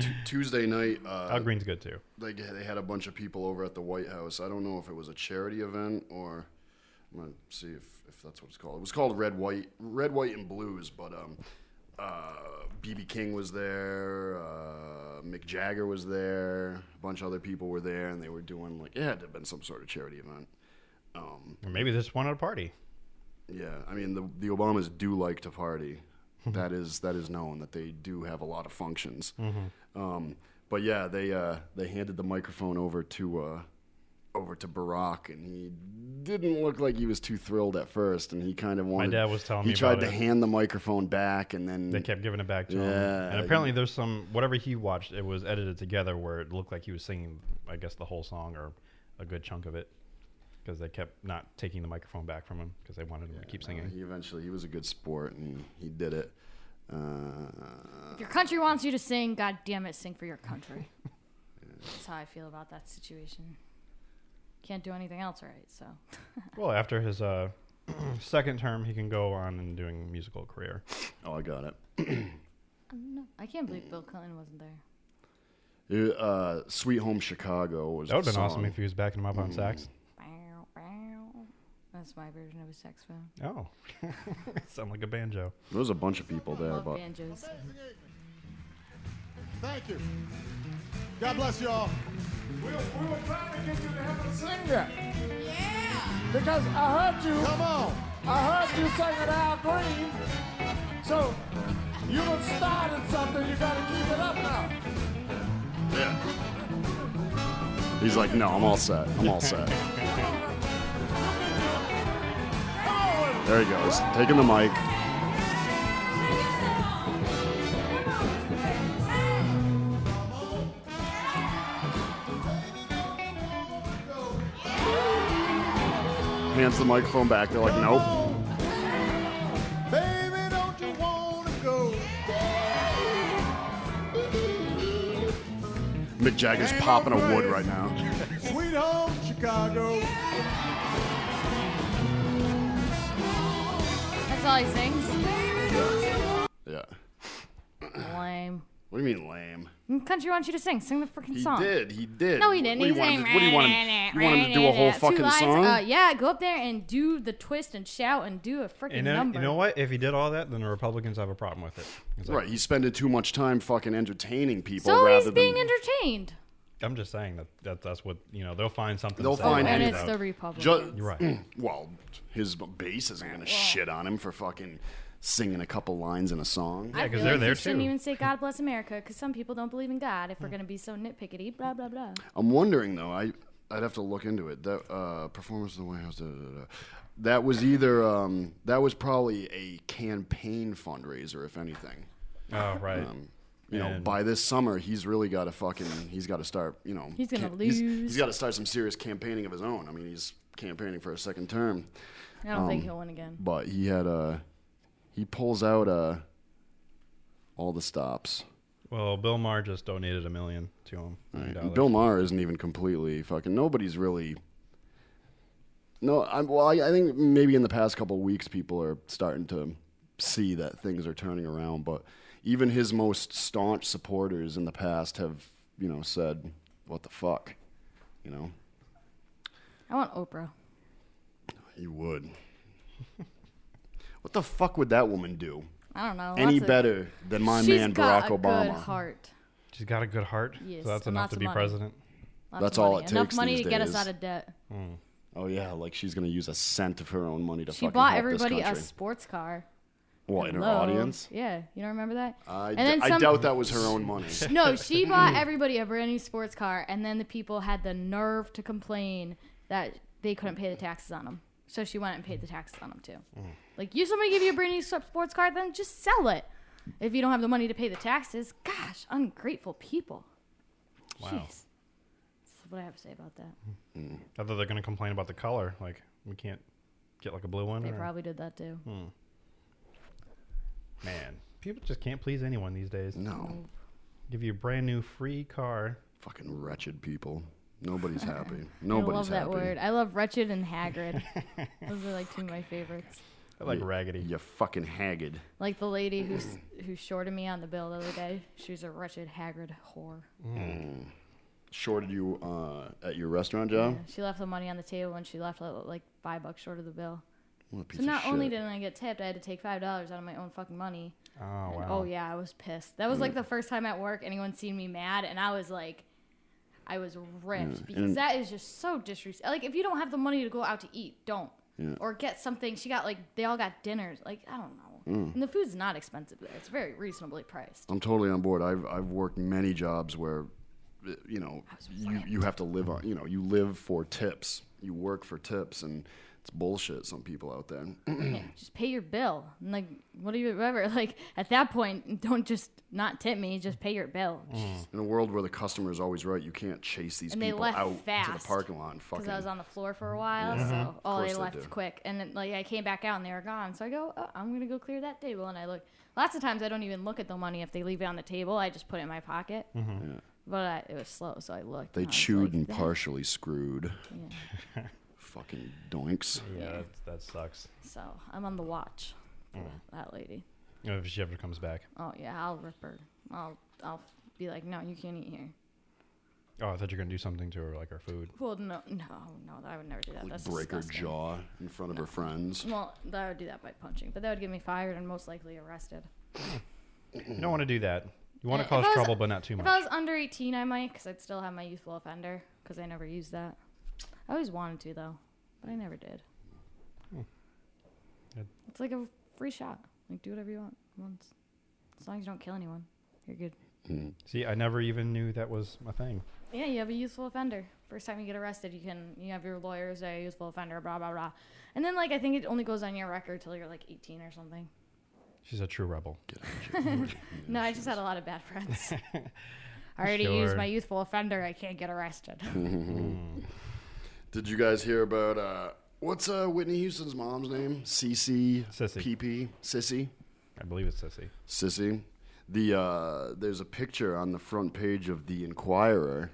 Speaker 1: t- Tuesday night, uh,
Speaker 2: Al Green's good too.
Speaker 1: They g- they had a bunch of people over at the White House. I don't know if it was a charity event or I'm gonna see if, if that's what it's called. It was called Red White Red White and Blues, but um, uh, BB King was there, uh, Mick Jagger was there, a bunch of other people were there, and they were doing like it had to have been some sort of charity event. Um,
Speaker 2: Or maybe they just wanted a party.
Speaker 1: yeah, I mean the the Obamas do like to party.
Speaker 2: Mm-hmm.
Speaker 1: that is that is known that they do have a lot of functions.
Speaker 2: Mhm.
Speaker 1: Um, but yeah, they uh, they handed the microphone over to uh, over to Barack, and he didn't look like he was too thrilled at first, and he kind of wanted.
Speaker 2: dad was telling
Speaker 1: he
Speaker 2: me
Speaker 1: tried
Speaker 2: about
Speaker 1: to
Speaker 2: it.
Speaker 1: hand the microphone back, and then
Speaker 2: They kept giving it back to
Speaker 1: yeah,
Speaker 2: him. And
Speaker 1: like-
Speaker 2: apparently, there's some whatever he watched. It was edited together where it looked like he was singing, I guess, the whole song or a good chunk of it, because they kept not taking the microphone back from him because they wanted him to keep
Speaker 1: Uh,
Speaker 2: singing.
Speaker 1: he eventually he was a good sport, and he, he did it. Uh,
Speaker 3: If your country wants you to sing, God damn it, sing for your
Speaker 2: *laughs*
Speaker 3: country. That's how I feel about that situation. Can't do anything else right, so.
Speaker 2: Well, after his uh, *clears throat* second term, he can go on and doing musical career.
Speaker 1: Oh, I got it.
Speaker 3: I don't know. I can't believe Bill Clinton wasn't there.
Speaker 1: it- uh, Sweet Home Chicago was
Speaker 2: That would've
Speaker 1: the
Speaker 2: been awesome
Speaker 1: song.
Speaker 2: if he was backing him up on
Speaker 1: Mm.
Speaker 2: sax.
Speaker 3: Bow, bow. That's my version of a saxophone.
Speaker 2: Oh, *laughs* sound like a banjo.
Speaker 1: There was a bunch of people there,
Speaker 3: Love
Speaker 1: but
Speaker 3: banjos.
Speaker 12: Thank you. God bless you all.
Speaker 7: We were, we were trying to get you to help us sing that.
Speaker 12: Because I heard you. Come on. I heard you singing Al Green. So you done started something. You gotta keep it up now.
Speaker 1: he's like, no, I'm all set. I'm all set. There he goes, taking the mic. Hands the microphone back. They're like, nope.
Speaker 12: Baby, don't you wanna go?
Speaker 1: Mick Jagger's popping a wood right now.
Speaker 12: Sweet home Chicago.
Speaker 3: That's all he sings?
Speaker 1: Yeah.
Speaker 3: Lame.
Speaker 1: What do you mean lame?
Speaker 3: Country wants you to sing. Sing the freaking
Speaker 1: He
Speaker 3: song.
Speaker 1: did. He did.
Speaker 3: No, he didn't.
Speaker 1: What do
Speaker 3: He
Speaker 1: you want him
Speaker 3: sang.
Speaker 1: to- what do you want him- you want him to do a whole
Speaker 3: Two
Speaker 1: fucking
Speaker 3: lines,
Speaker 1: song?
Speaker 3: Uh, yeah, go up there and do the twist and shout and do a freaking
Speaker 2: And then,
Speaker 3: number.
Speaker 2: you know what? If he did all that, then the Republicans have a problem with it. It's like,
Speaker 1: Right, he's spending too much time fucking entertaining people
Speaker 3: so
Speaker 1: rather
Speaker 3: he's being
Speaker 1: than
Speaker 3: entertained.
Speaker 2: I'm just saying that, that that's what you know. They'll find something.
Speaker 1: they'll
Speaker 2: to say
Speaker 1: find
Speaker 2: about
Speaker 1: anything.
Speaker 2: it.
Speaker 1: Ju- mm,
Speaker 2: You're right.
Speaker 1: well, his base isn't gonna shit on him for fucking singing a couple lines in a song.
Speaker 3: I feel like you shouldn't even say God bless America because some people don't believe in God if we're
Speaker 1: Hmm.
Speaker 3: going to be so nitpickety, blah, blah, blah.
Speaker 1: I'm wondering though. I I'd have to look into it. That uh, performance of the White House. Da, da, da, da. That was either um, that was probably a campaign fundraiser, if anything.
Speaker 2: Oh right.
Speaker 1: Um, You know,
Speaker 2: And-
Speaker 1: by this summer, he's really got to fucking he's got to start. You know,
Speaker 3: He's gonna
Speaker 1: cam- he's-
Speaker 3: lose.
Speaker 1: he's got to start some serious campaigning of his own. I mean, he's campaigning for a second term.
Speaker 3: I don't think he'll win again.
Speaker 1: But he had uh he pulls out uh all the stops.
Speaker 2: Well, Bill Maher just donated a million to him. Million dollars.
Speaker 1: Bill Maher isn't even completely fucking. Nobody's really. No, I'm. Well, I, I think maybe in the past couple weeks, people are starting to see that things are turning around. But even his most staunch supporters in the past have, you know, said, "What the fuck," you know.
Speaker 3: I want Oprah.
Speaker 1: You would. *laughs* what the fuck would that woman do?
Speaker 3: I don't know.
Speaker 1: Any
Speaker 3: Lots of-
Speaker 1: better than my
Speaker 3: Oh, She's
Speaker 1: man
Speaker 3: got
Speaker 1: Barack
Speaker 3: a
Speaker 1: Obama?
Speaker 3: Good heart.
Speaker 2: She's got a good heart.
Speaker 3: Yes,
Speaker 2: so that's
Speaker 3: and
Speaker 2: enough
Speaker 3: lots
Speaker 2: to
Speaker 3: of
Speaker 2: be
Speaker 3: money.
Speaker 2: president.
Speaker 3: Lots
Speaker 1: That's
Speaker 3: of
Speaker 1: all
Speaker 3: money.
Speaker 1: it takes.
Speaker 3: Enough money
Speaker 1: these
Speaker 3: to get us
Speaker 1: days.
Speaker 3: out of debt.
Speaker 1: Oh yeah, like she's gonna use a cent of her own money to
Speaker 3: She
Speaker 1: fucking
Speaker 3: bought
Speaker 1: help
Speaker 3: everybody
Speaker 1: this
Speaker 3: a
Speaker 1: country.
Speaker 3: sports car.
Speaker 1: what in her
Speaker 3: Hello?
Speaker 1: audience?
Speaker 3: Yeah, you don't remember that?
Speaker 1: I,
Speaker 3: And
Speaker 1: d-
Speaker 3: then
Speaker 1: I
Speaker 3: some-
Speaker 1: doubt that was her own money.
Speaker 3: no, she bought everybody a brand new sports car, and then the people had the nerve to complain that they couldn't pay the taxes on them. So she went and paid the taxes on them too. Like, you somebody give you a brand new sup- sports car, then just sell it. If you don't have the money to pay the taxes, gosh, ungrateful people.
Speaker 2: Wow.
Speaker 3: Jeez. That's what I have to say about that.
Speaker 2: I thought they're going to complain about the color. Like, we can't get like a blue one.
Speaker 3: They
Speaker 2: or-
Speaker 3: probably did that too.
Speaker 2: Hmm. Man, people just can't please anyone these days.
Speaker 1: No.
Speaker 2: Give you a brand new free car.
Speaker 1: Fucking wretched people. Nobody's happy.
Speaker 3: *laughs* I
Speaker 1: Nobody's
Speaker 3: love that
Speaker 1: happy.
Speaker 3: word. I love wretched and haggard. Those are like two of my favorites.
Speaker 1: I like raggedy. You're fucking haggard.
Speaker 3: Like the lady who's who shorted me on the bill the other day. She was a wretched, haggard whore.
Speaker 1: Mm. Shorted you uh, at your restaurant job?
Speaker 3: She left the money on the table and she left like, like five bucks short of the bill.
Speaker 1: What a piece
Speaker 3: so not
Speaker 1: of shit.
Speaker 3: only didn't I get tipped, I had to take five dollars out of my own fucking money.
Speaker 1: Oh,
Speaker 3: And,
Speaker 1: wow.
Speaker 3: oh yeah, I was pissed. That was like the first time at work anyone's seen me mad, and I was like, I was ripped
Speaker 1: Yeah,
Speaker 3: because
Speaker 1: and-
Speaker 3: that is just so disrespectful. Like if you don't have the money to go out to eat, don't.
Speaker 1: Yeah.
Speaker 3: Or get something. She got like they all got dinners. Like I don't know.
Speaker 1: Mm.
Speaker 3: And the food's not expensive there. It's very reasonably priced.
Speaker 1: I'm totally on board. I've I've worked many jobs where, uh, you know, you, you have to live on. You know, you live for tips. You work for tips, and it's bullshit. Some people out there. *clears throat*
Speaker 3: Yeah, just pay your bill. And like what do you whatever. *laughs* Like at that point, don't just not tip me. Just pay your bill.
Speaker 1: In a world where the customer is always right, you can't chase these
Speaker 3: And they
Speaker 1: people
Speaker 3: left
Speaker 1: out to
Speaker 3: fast,
Speaker 1: the parking lot and
Speaker 3: because
Speaker 1: fucking.
Speaker 3: I was on the floor for a while.
Speaker 1: Yeah. Mm-hmm.
Speaker 3: So
Speaker 1: Of
Speaker 3: oh,
Speaker 1: course
Speaker 3: they
Speaker 1: they
Speaker 3: left
Speaker 1: do.
Speaker 3: quick, and then, like I came back out and they were gone. So I go, oh, I'm gonna go clear that table, and I look. Lots of times I don't even look at the money if they leave it on the table. I just put it in my pocket.
Speaker 1: Mhm. Yeah.
Speaker 3: But I, it was slow, so I looked.
Speaker 1: They
Speaker 3: and I was
Speaker 1: chewed
Speaker 3: like,
Speaker 1: and
Speaker 3: "That-
Speaker 1: partially screwed.
Speaker 3: Yeah.
Speaker 1: *laughs* fucking doinks.
Speaker 2: Yeah, That, that sucks.
Speaker 3: So I'm on the watch for
Speaker 2: Mm.
Speaker 3: that lady.
Speaker 2: You know, if she ever comes back.
Speaker 3: Oh yeah, I'll rip her. I'll I'll be like, no, you can't eat here.
Speaker 2: Oh, I thought you were going to do something to her, like her food.
Speaker 3: Well, no, no, no, I would never do that. That's
Speaker 1: Break her
Speaker 3: disgusting.
Speaker 1: jaw in front of her friends.
Speaker 3: Well, I would do that by punching, but that would get me fired and most likely arrested.
Speaker 2: You don't want to do that. You want
Speaker 3: Uh,
Speaker 2: to cause
Speaker 3: if I was-
Speaker 2: trouble, but not too
Speaker 3: If
Speaker 2: much.
Speaker 3: I was under 18, I might, because I'd still have my youthful offender, because I never used that. I always wanted to, though, but I never did.
Speaker 2: Hmm. Good.
Speaker 3: It's like a free shot. Like, do whatever you want once. As long as you don't kill anyone, you're good.
Speaker 2: See, I never even knew that was a thing.
Speaker 3: Yeah, you have a youthful offender. First time you get arrested, you can you have your lawyers say youthful offender, blah blah blah, and then like I think it only goes on your record till you're like 18 or something.
Speaker 2: She's a true rebel.
Speaker 3: no, I just had a lot of bad friends. I already used
Speaker 2: Sure.
Speaker 3: my youthful offender. I can't get arrested.
Speaker 1: Did you guys hear about uh, what's uh, Whitney Houston's mom's name? Cece. Sissy. PP. Sissy.
Speaker 2: I believe it's Sissy.
Speaker 1: Sissy. The uh, there's a picture on the front page of the Inquirer.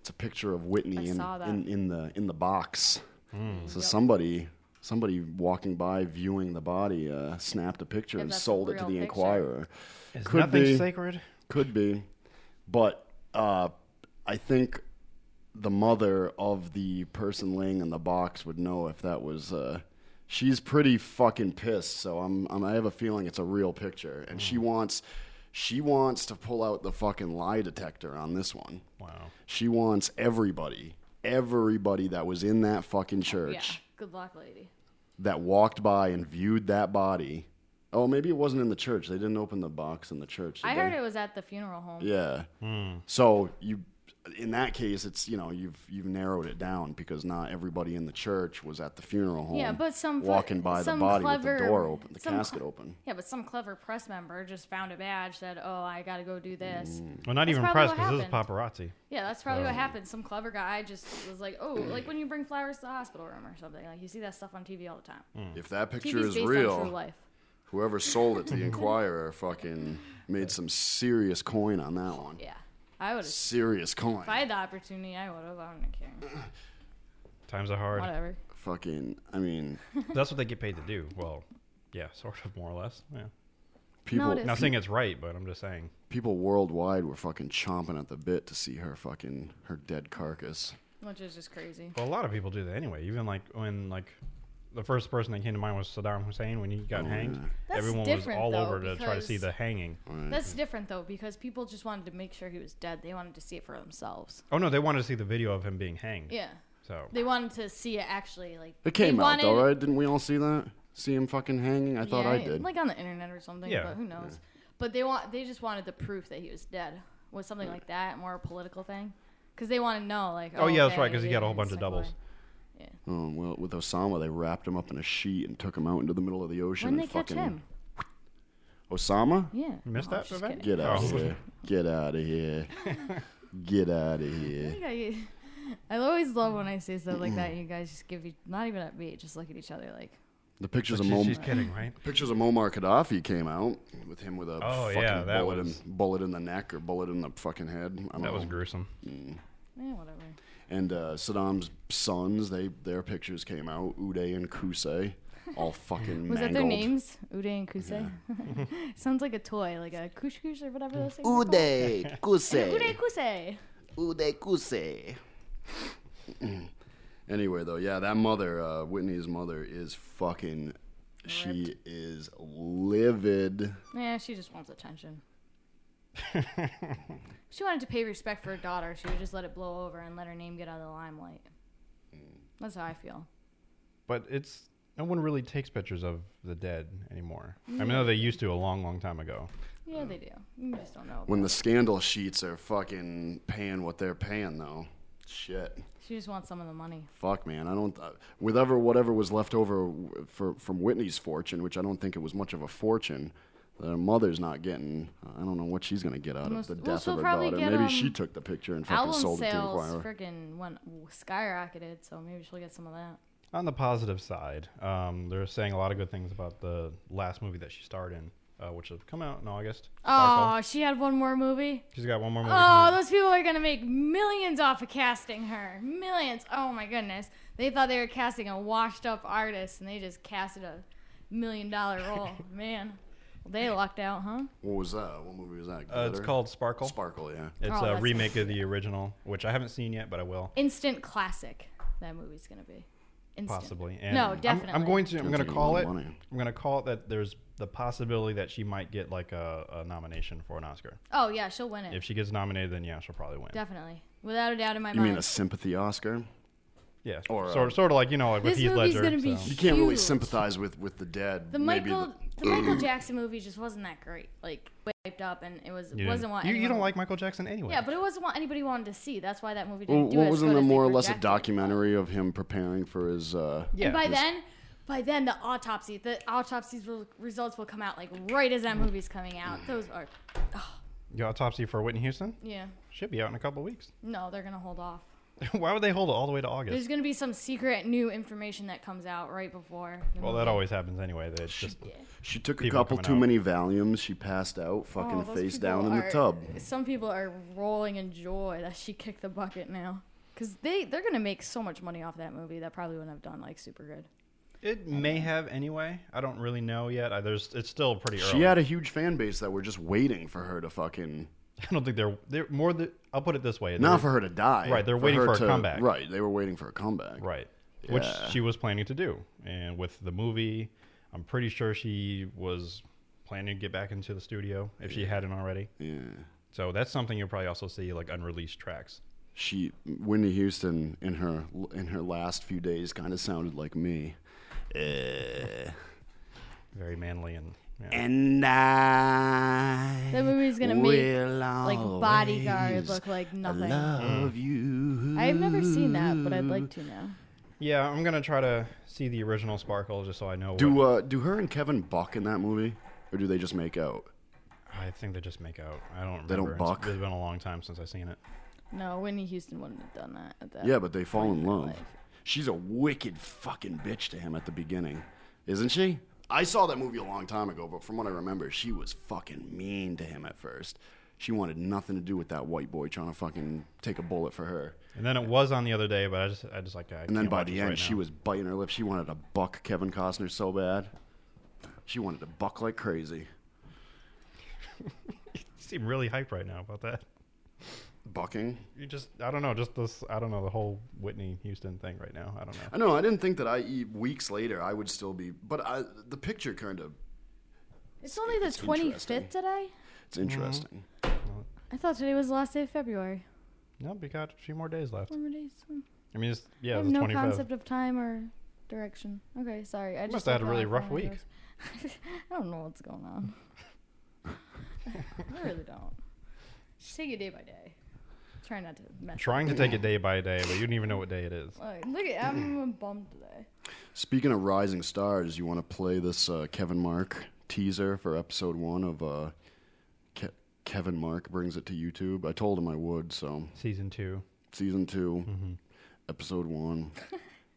Speaker 1: It's a picture of
Speaker 3: I
Speaker 1: Whitney in,
Speaker 3: saw that.
Speaker 1: in, in the in the box.
Speaker 3: Mm.
Speaker 1: So
Speaker 3: Yep.
Speaker 1: somebody somebody walking by viewing the body uh, snapped a picture
Speaker 2: If
Speaker 1: and
Speaker 2: that's a
Speaker 1: sold it to
Speaker 2: real
Speaker 1: the
Speaker 2: picture.
Speaker 1: Inquirer.
Speaker 2: Is nothing sacred?
Speaker 1: Could be, but uh, I think the mother of the person laying in the box would know if that was. Uh, she's pretty fucking pissed, so I'm, I'm. I have a feeling it's a real picture, and she wants, she wants to pull out the fucking lie detector on this one.
Speaker 2: Wow.
Speaker 1: She wants everybody, everybody that was in that fucking church
Speaker 3: Yeah. Good luck, lady.
Speaker 1: that walked by and viewed that body. Oh, maybe it wasn't in the church. They didn't open the box in the church. did
Speaker 3: I
Speaker 1: they?
Speaker 3: heard it was at the funeral home.
Speaker 1: Yeah. So you, in that case, it's you know you've you've narrowed it down because not everybody in the church was at the funeral home.
Speaker 3: Yeah, but some fu-
Speaker 1: walking by
Speaker 3: some
Speaker 1: the body
Speaker 3: clever-
Speaker 1: with the door open, the
Speaker 3: some cle-
Speaker 1: casket open.
Speaker 3: Yeah, but some clever press member just found a badge that oh I got to go do this.
Speaker 1: Mm.
Speaker 2: Well, not
Speaker 3: That's
Speaker 2: even
Speaker 3: probably
Speaker 2: press
Speaker 3: what
Speaker 2: because this is
Speaker 3: happened.
Speaker 2: paparazzi.
Speaker 3: Yeah, that's probably
Speaker 2: So-
Speaker 1: Oh.
Speaker 3: what happened. Some clever guy just was like, oh, like when you bring flowers to the hospital room or something. Like you see that stuff on TV all the time.
Speaker 1: If that picture
Speaker 3: TV's
Speaker 1: Mm. is
Speaker 3: based on
Speaker 1: real,
Speaker 3: true life.
Speaker 1: whoever sold it
Speaker 3: *laughs*
Speaker 1: to the Inquirer fucking made some serious coin on that one.
Speaker 3: Yeah, I would. If
Speaker 1: Serious coin.
Speaker 3: I had the opportunity, I would have. I don't care.
Speaker 2: Times are hard.
Speaker 3: Whatever.
Speaker 1: Fucking,
Speaker 3: *laughs*
Speaker 1: I mean,
Speaker 2: That's what they get paid to do. Well, yeah, *laughs* sort of, more or less. Yeah.
Speaker 1: People- it
Speaker 2: not
Speaker 1: is.
Speaker 2: saying it's right, but I'm just saying.
Speaker 1: people worldwide were fucking chomping at the bit to see her fucking her dead carcass.
Speaker 3: Which is just crazy.
Speaker 2: Well, a lot of people do that anyway. Even like when like the first person that came to mind was Saddam Hussein when he got
Speaker 1: Oh,
Speaker 2: hanged.
Speaker 1: yeah.
Speaker 3: That's
Speaker 2: Everyone was
Speaker 3: different,
Speaker 2: all
Speaker 3: though,
Speaker 2: over to try to see
Speaker 3: because-
Speaker 2: the hanging.
Speaker 3: That's
Speaker 1: Mm-hmm.
Speaker 3: different though because people just wanted to make sure he was dead. They wanted to see it for themselves.
Speaker 2: Oh no, they wanted to see the video of him being hanged.
Speaker 3: Yeah.
Speaker 2: So
Speaker 3: They wanted to see it actually like
Speaker 1: It came
Speaker 3: they
Speaker 1: out though,
Speaker 3: wanted-
Speaker 1: right? Didn't we all see that? See him fucking hanging? I thought
Speaker 3: yeah,
Speaker 1: I did.
Speaker 3: Like on the internet or something,
Speaker 1: Yeah.
Speaker 3: but who knows. But they want they just wanted the proof that he was dead. Was something like that more a political thing? Cuz they want to know like
Speaker 2: Oh, yeah, that's right,
Speaker 3: okay,
Speaker 2: 'cause he got a whole
Speaker 3: yeah,
Speaker 2: bunch
Speaker 3: it's
Speaker 2: of
Speaker 3: like,
Speaker 2: doubles.
Speaker 1: Oh, well, with Osama, they wrapped him up in a sheet and took him out into the middle of the ocean.
Speaker 3: When'd
Speaker 1: and
Speaker 3: they catch
Speaker 1: fucking...
Speaker 3: him?
Speaker 1: Osama?
Speaker 3: Yeah. Oh,
Speaker 2: You missed that event?
Speaker 1: Get out of
Speaker 2: Oh.
Speaker 1: here. Get out of
Speaker 2: *laughs*
Speaker 1: here. Get out of
Speaker 3: I
Speaker 1: here.
Speaker 3: think *laughs* I, I always love when I say stuff like that and you guys just give you not even at me, just look at each other like
Speaker 1: The pictures
Speaker 2: But
Speaker 1: of
Speaker 2: she's-
Speaker 1: Mom-
Speaker 2: she's kidding, right?
Speaker 1: Pictures of Muammar Gaddafi came out with him with a
Speaker 2: Oh,
Speaker 1: fucking
Speaker 2: yeah, that
Speaker 1: bullet,
Speaker 2: was-
Speaker 1: in, bullet in the neck or bullet in the fucking head. I don't
Speaker 2: That was
Speaker 1: know.
Speaker 2: gruesome.
Speaker 1: Mm.
Speaker 3: yeah, eh, whatever.
Speaker 1: And uh, Saddam's sons, they their pictures came out. Uday and Kusei,
Speaker 2: *laughs*
Speaker 1: all fucking
Speaker 3: Was
Speaker 1: mangled.
Speaker 3: that their names? Uday and Kusei? *laughs* Sounds like a toy, like a kush kush or whatever those things are called.
Speaker 11: *laughs*
Speaker 1: Uday,
Speaker 3: Uday
Speaker 1: Kusei,
Speaker 3: Kusei.
Speaker 1: Uday Kusei. Mm. anyway, though, yeah, that mother, uh, Whitney's mother, is fucking. She is livid.
Speaker 3: Yeah, she just wants
Speaker 1: *laughs*
Speaker 3: attention. she wanted to pay respect for her daughter. She would just let it blow over and let her name get out of the limelight.
Speaker 1: Mm.
Speaker 3: That's how I feel.
Speaker 2: But it's no one really takes pictures of the dead anymore. I
Speaker 3: Yeah.
Speaker 2: know they used to a long, long time ago.
Speaker 3: Yeah, they
Speaker 1: Mm.
Speaker 3: do. You just don't know.
Speaker 1: When the scandal sheets are fucking paying what they're paying, though. Shit.
Speaker 3: She just wants some of the money.
Speaker 1: Fuck, man. I don't. Uh, whatever, whatever was left over w- for, from Whitney's fortune, which I don't think it was much of a fortune, their mother's not getting. uh, I don't know what she's gonna get out
Speaker 3: Most-
Speaker 1: of the
Speaker 3: well,
Speaker 1: death
Speaker 3: she'll
Speaker 1: of her
Speaker 3: probably
Speaker 1: daughter.
Speaker 3: get,
Speaker 1: Maybe
Speaker 3: um,
Speaker 1: she took the picture and fucking
Speaker 3: Album
Speaker 1: sold it to
Speaker 3: sales
Speaker 1: Inquirer.
Speaker 3: freaking went skyrocketed, so maybe she'll get some of that.
Speaker 2: On the positive side, um, they're saying a lot of good things about the last movie that she starred in, uh, which will come out in August.
Speaker 3: Oh, she had one more movie.
Speaker 2: She's got one more movie. Uh,
Speaker 3: Oh, those people are gonna make millions off of casting her. Millions. Oh my goodness. They thought they were casting a washed up artist and they just casted a million dollar
Speaker 2: *laughs*
Speaker 3: role. Man. Well, they lucked out, huh?
Speaker 1: What was that? What movie was
Speaker 2: Uh,
Speaker 1: that?
Speaker 2: it's
Speaker 1: Glitter?
Speaker 2: called Sparkle.
Speaker 1: Sparkle, yeah.
Speaker 2: It's
Speaker 3: Oh,
Speaker 2: a
Speaker 3: that's
Speaker 2: remake of the original, which I haven't seen yet, but I will
Speaker 3: Instant classic that movie's gonna be. Instant.
Speaker 2: possibly. And
Speaker 3: no,
Speaker 2: I'm-
Speaker 3: definitely.
Speaker 2: I'm, going to. I'm
Speaker 1: Sounds
Speaker 2: going
Speaker 1: like
Speaker 2: to
Speaker 1: a
Speaker 2: call
Speaker 1: lot
Speaker 2: it.
Speaker 1: of money.
Speaker 2: I'm going to call it that. There's the possibility that she might get like a, a nomination for an Oscar.
Speaker 3: Oh yeah, she'll win it.
Speaker 2: If she gets nominated, then yeah, she'll probably win.
Speaker 3: Definitely. Without a doubt in my
Speaker 1: You
Speaker 3: mind.
Speaker 1: mean a sympathy Oscar?
Speaker 2: Yeah,
Speaker 1: Or,
Speaker 2: sort
Speaker 1: um,
Speaker 2: sort of like you know like with
Speaker 3: This
Speaker 2: Heath
Speaker 3: movie's
Speaker 2: Ledger.
Speaker 3: gonna be
Speaker 2: so.
Speaker 1: You can't really
Speaker 3: Huge.
Speaker 1: sympathize with with the dead.
Speaker 3: the
Speaker 1: Maybe
Speaker 3: Michael the,
Speaker 1: *clears throat*
Speaker 3: Michael Jackson movie just wasn't that great. Like hyped up and it was
Speaker 1: You
Speaker 3: wasn't
Speaker 1: didn't-
Speaker 3: what
Speaker 2: You, you
Speaker 3: anyone-
Speaker 2: don't like Michael Jackson anyway.
Speaker 3: Yeah, but it wasn't what anybody wanted to see. That's why that movie
Speaker 1: Well,
Speaker 3: didn't do
Speaker 1: what
Speaker 3: as
Speaker 1: wasn't
Speaker 3: good
Speaker 1: it
Speaker 3: as they
Speaker 1: more or less a
Speaker 3: projected.
Speaker 1: documentary of him preparing for his? Uh,
Speaker 3: And by
Speaker 1: his-
Speaker 3: then, by then the autopsy, the autopsy's re- results will come out like right as that movie's coming
Speaker 1: Mm.
Speaker 3: out. Those are,
Speaker 2: The autopsy for Whitney Houston
Speaker 3: yeah.
Speaker 2: should be out in a couple of weeks.
Speaker 3: No, they're gonna hold off.
Speaker 2: *laughs* Why would they hold it all the way to
Speaker 3: There's
Speaker 2: August?
Speaker 3: gonna be some secret new information that comes out right before. the
Speaker 2: Well, that
Speaker 3: movie.
Speaker 2: always happens anyway. They just
Speaker 1: She took a
Speaker 2: people
Speaker 1: couple
Speaker 2: coming
Speaker 1: too
Speaker 2: out.
Speaker 1: many Valiums. She passed out,
Speaker 3: Oh,
Speaker 1: fucking
Speaker 3: those
Speaker 1: face
Speaker 3: people
Speaker 1: down in the
Speaker 3: are-
Speaker 1: tub.
Speaker 3: Some people are rolling in joy that she kicked the bucket now, because they they're gonna make so much money off that movie that probably wouldn't have done like super good.
Speaker 2: It may have anyway. I don't really know yet. I, there's it's still pretty early.
Speaker 1: She had a huge fan base that were just waiting for her to fucking.
Speaker 2: *laughs* I don't think they're they're more. The, I'll put it this way:
Speaker 1: Not
Speaker 2: they're-
Speaker 1: for her to die.
Speaker 2: Right, they're waiting
Speaker 1: her
Speaker 2: for a
Speaker 1: to-
Speaker 2: comeback.
Speaker 1: Right, they were waiting for a comeback.
Speaker 2: Right. which
Speaker 1: Yeah.
Speaker 2: she was planning to do. And with the movie, I'm pretty sure she was planning to get back into the studio if she
Speaker 1: Yeah.
Speaker 2: hadn't already.
Speaker 1: Yeah.
Speaker 2: So that's something you'll probably also see like unreleased tracks.
Speaker 1: She Whitney Houston in her in her last few days kind of sounded like me. Eh.
Speaker 2: Very manly and
Speaker 13: And I.
Speaker 3: That movie's gonna make,
Speaker 13: will
Speaker 3: like,
Speaker 1: Oh,
Speaker 3: Bodyguard
Speaker 13: always
Speaker 3: look like nothing.
Speaker 13: Love you.
Speaker 3: I've never seen that, but I'd like to now.
Speaker 2: Yeah, I'm gonna try to see the original Sparkle just so I know.
Speaker 1: Do
Speaker 2: what,
Speaker 1: uh, do her and Kevin buck in that movie, or do they just make out?
Speaker 2: I think they just make out. I don't. Remember.
Speaker 1: They don't
Speaker 2: It's-
Speaker 1: buck?
Speaker 2: It's been a long time since I've seen it.
Speaker 3: No, Whitney Houston wouldn't have done that. At that
Speaker 1: yeah, but they fall
Speaker 3: point
Speaker 1: in
Speaker 3: her
Speaker 1: love.
Speaker 3: life.
Speaker 1: She's a wicked fucking bitch to him at the beginning, isn't she? I saw that movie a long time ago, but from what I remember, she was fucking mean to him at first. She wanted nothing to do with that white boy trying to fucking take a bullet for her.
Speaker 2: And then it was on the other day, but I just, I just like. I
Speaker 1: and then
Speaker 2: can't
Speaker 1: by
Speaker 2: watch
Speaker 1: the
Speaker 2: this
Speaker 1: end,
Speaker 2: right
Speaker 1: she
Speaker 2: now.
Speaker 1: was biting her lip. She wanted to buck Kevin Costner so bad. She wanted to buck like crazy.
Speaker 2: You seem really hype right now about that.
Speaker 1: Bucking?
Speaker 2: You just, I don't know, just this, I don't know, the whole Whitney Houston thing right now. I don't know.
Speaker 1: I know. I didn't think that I e, weeks later I would still be, but I, the picture kind of
Speaker 3: It's only the
Speaker 1: It's
Speaker 3: twenty
Speaker 1: interesting.
Speaker 3: fifth today.
Speaker 2: Mm-hmm.
Speaker 1: it's interesting.
Speaker 3: I thought today was the last day of February.
Speaker 2: No, we got a few more days left.
Speaker 3: One more day. soon.
Speaker 2: I mean, it's,
Speaker 3: I
Speaker 2: yeah,
Speaker 3: have
Speaker 2: it's the
Speaker 3: no
Speaker 2: 25th.
Speaker 3: concept of time or direction. Okay, sorry. I
Speaker 2: You
Speaker 3: just
Speaker 2: must have had a
Speaker 3: looked
Speaker 2: really
Speaker 3: off
Speaker 2: rough
Speaker 3: when
Speaker 2: week.
Speaker 3: I was- *laughs* I don't know what's going on. I really don't. Just take it day by day. Try not to mess.
Speaker 2: Trying to
Speaker 3: up.
Speaker 2: take it day by day, but you didn't even know what day it is.
Speaker 3: Like, look
Speaker 2: *clears throat*
Speaker 3: at I'm bummed today.
Speaker 1: Speaking of rising stars, you want to play this uh, Kevin Mark teaser for episode one of uh, Ke- Kevin Mark brings it to YouTube. I told him I would, so
Speaker 2: season two,
Speaker 1: season 2
Speaker 2: Mm-hmm.
Speaker 1: episode one.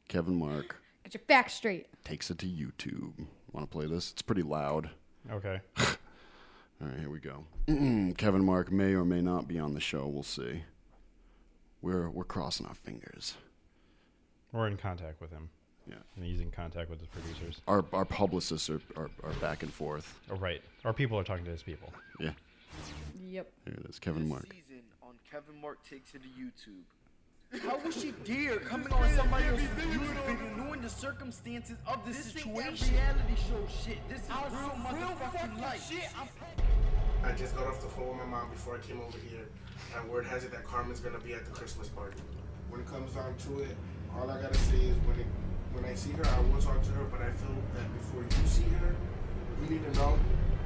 Speaker 1: Kevin Mark
Speaker 3: Get your back straight.
Speaker 1: takes it to YouTube. Want to play this? It's pretty loud.
Speaker 2: Okay.
Speaker 1: All right, here we go. *clears throat* Kevin Mark may or may not be on the show. We'll see. We're we're crossing our fingers.
Speaker 2: We're in contact with him.
Speaker 1: Yeah.
Speaker 2: And he's in contact with his producers.
Speaker 1: Our our publicists are, are, are back and forth.
Speaker 2: Oh, right. Our people are talking to his people.
Speaker 1: Yeah.
Speaker 3: Yep.
Speaker 1: Here it is, Kevin Mark.
Speaker 14: season on Kevin Mark Takes It to YouTube.
Speaker 15: How was she dare coming on somebody else's music video knowing the circumstances of this, situation? reality show shit. This is real motherfucking life. Shit.
Speaker 16: I just got off the phone with my mom before I came over here, and word has it that Carmen's gonna be at the Christmas party. When it comes down to it, all I gotta say is when it, when I see her, I will talk to her. But I feel that before you see her, you need to know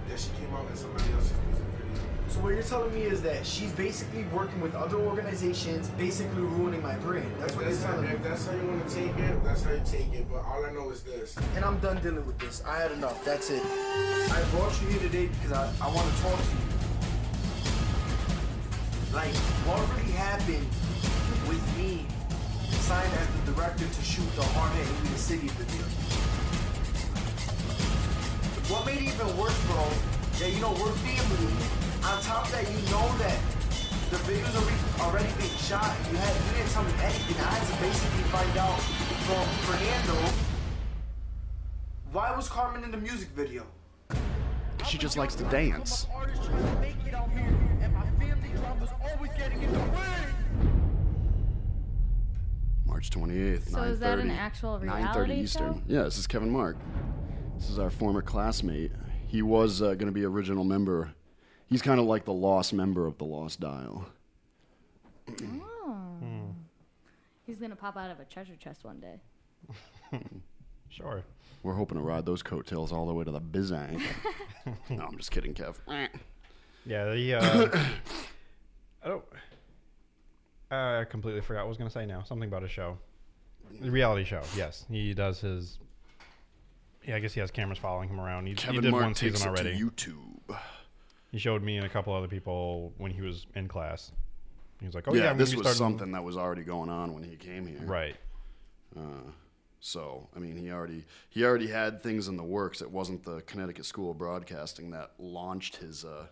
Speaker 16: that she came out in somebody else's music video.
Speaker 17: So what you're telling me is that she's basically working with other organizations, basically ruining my brain. That's
Speaker 16: If
Speaker 17: what you're
Speaker 16: that's, how,
Speaker 17: telling me.
Speaker 16: if that's how you wanna take it, that's how you take it. But all I know is this.
Speaker 17: And I'm done dealing with this. I had enough. That's it. I brought you here today because I, I want to talk to you. Like, what really happened with me signed as the director to shoot the Hard Hit in the City video? What made it even worse, bro, that you know we're family. On top of that, you know that the videos are re- already being shot. You had you didn't tell me anything. I had to basically find out from Fernando. Why was Carmen in the music video?
Speaker 1: She just likes to dance. March 28th,
Speaker 3: So
Speaker 1: 9:30.
Speaker 3: is that an actual
Speaker 1: 9:30
Speaker 3: reality
Speaker 1: Eastern.
Speaker 3: show?
Speaker 1: Yeah, this is Kevin Mark. This is our former classmate. He was uh, going to be original member. He's kind of like the lost member of the Lost Dial.
Speaker 3: Oh. He's gonna pop out of a treasure chest one day.
Speaker 2: Sure.
Speaker 1: We're hoping to ride those coattails all the way to
Speaker 3: *laughs*
Speaker 1: the Bizank. no, I'm just kidding, Kev.
Speaker 2: Yeah, the
Speaker 1: *coughs*
Speaker 2: uh, I don't. I completely forgot what I was gonna say now. Something about a show, the reality show. Yes, he does his. Yeah, I guess he has cameras following him around. He, he
Speaker 1: Kevin
Speaker 2: did
Speaker 1: Mark
Speaker 2: one
Speaker 1: takes
Speaker 2: season
Speaker 1: it to
Speaker 2: already.
Speaker 1: YouTube.
Speaker 2: He showed me and a couple other people when he was in class. He was like, "Oh yeah,
Speaker 1: yeah,
Speaker 2: I'm gonna
Speaker 1: this
Speaker 2: be
Speaker 1: was
Speaker 2: starting-
Speaker 1: something that was already going on when he came here.
Speaker 2: Right.
Speaker 1: Uh, so I mean, he already he already had things in the works. It wasn't the Connecticut School of Broadcasting that launched his uh,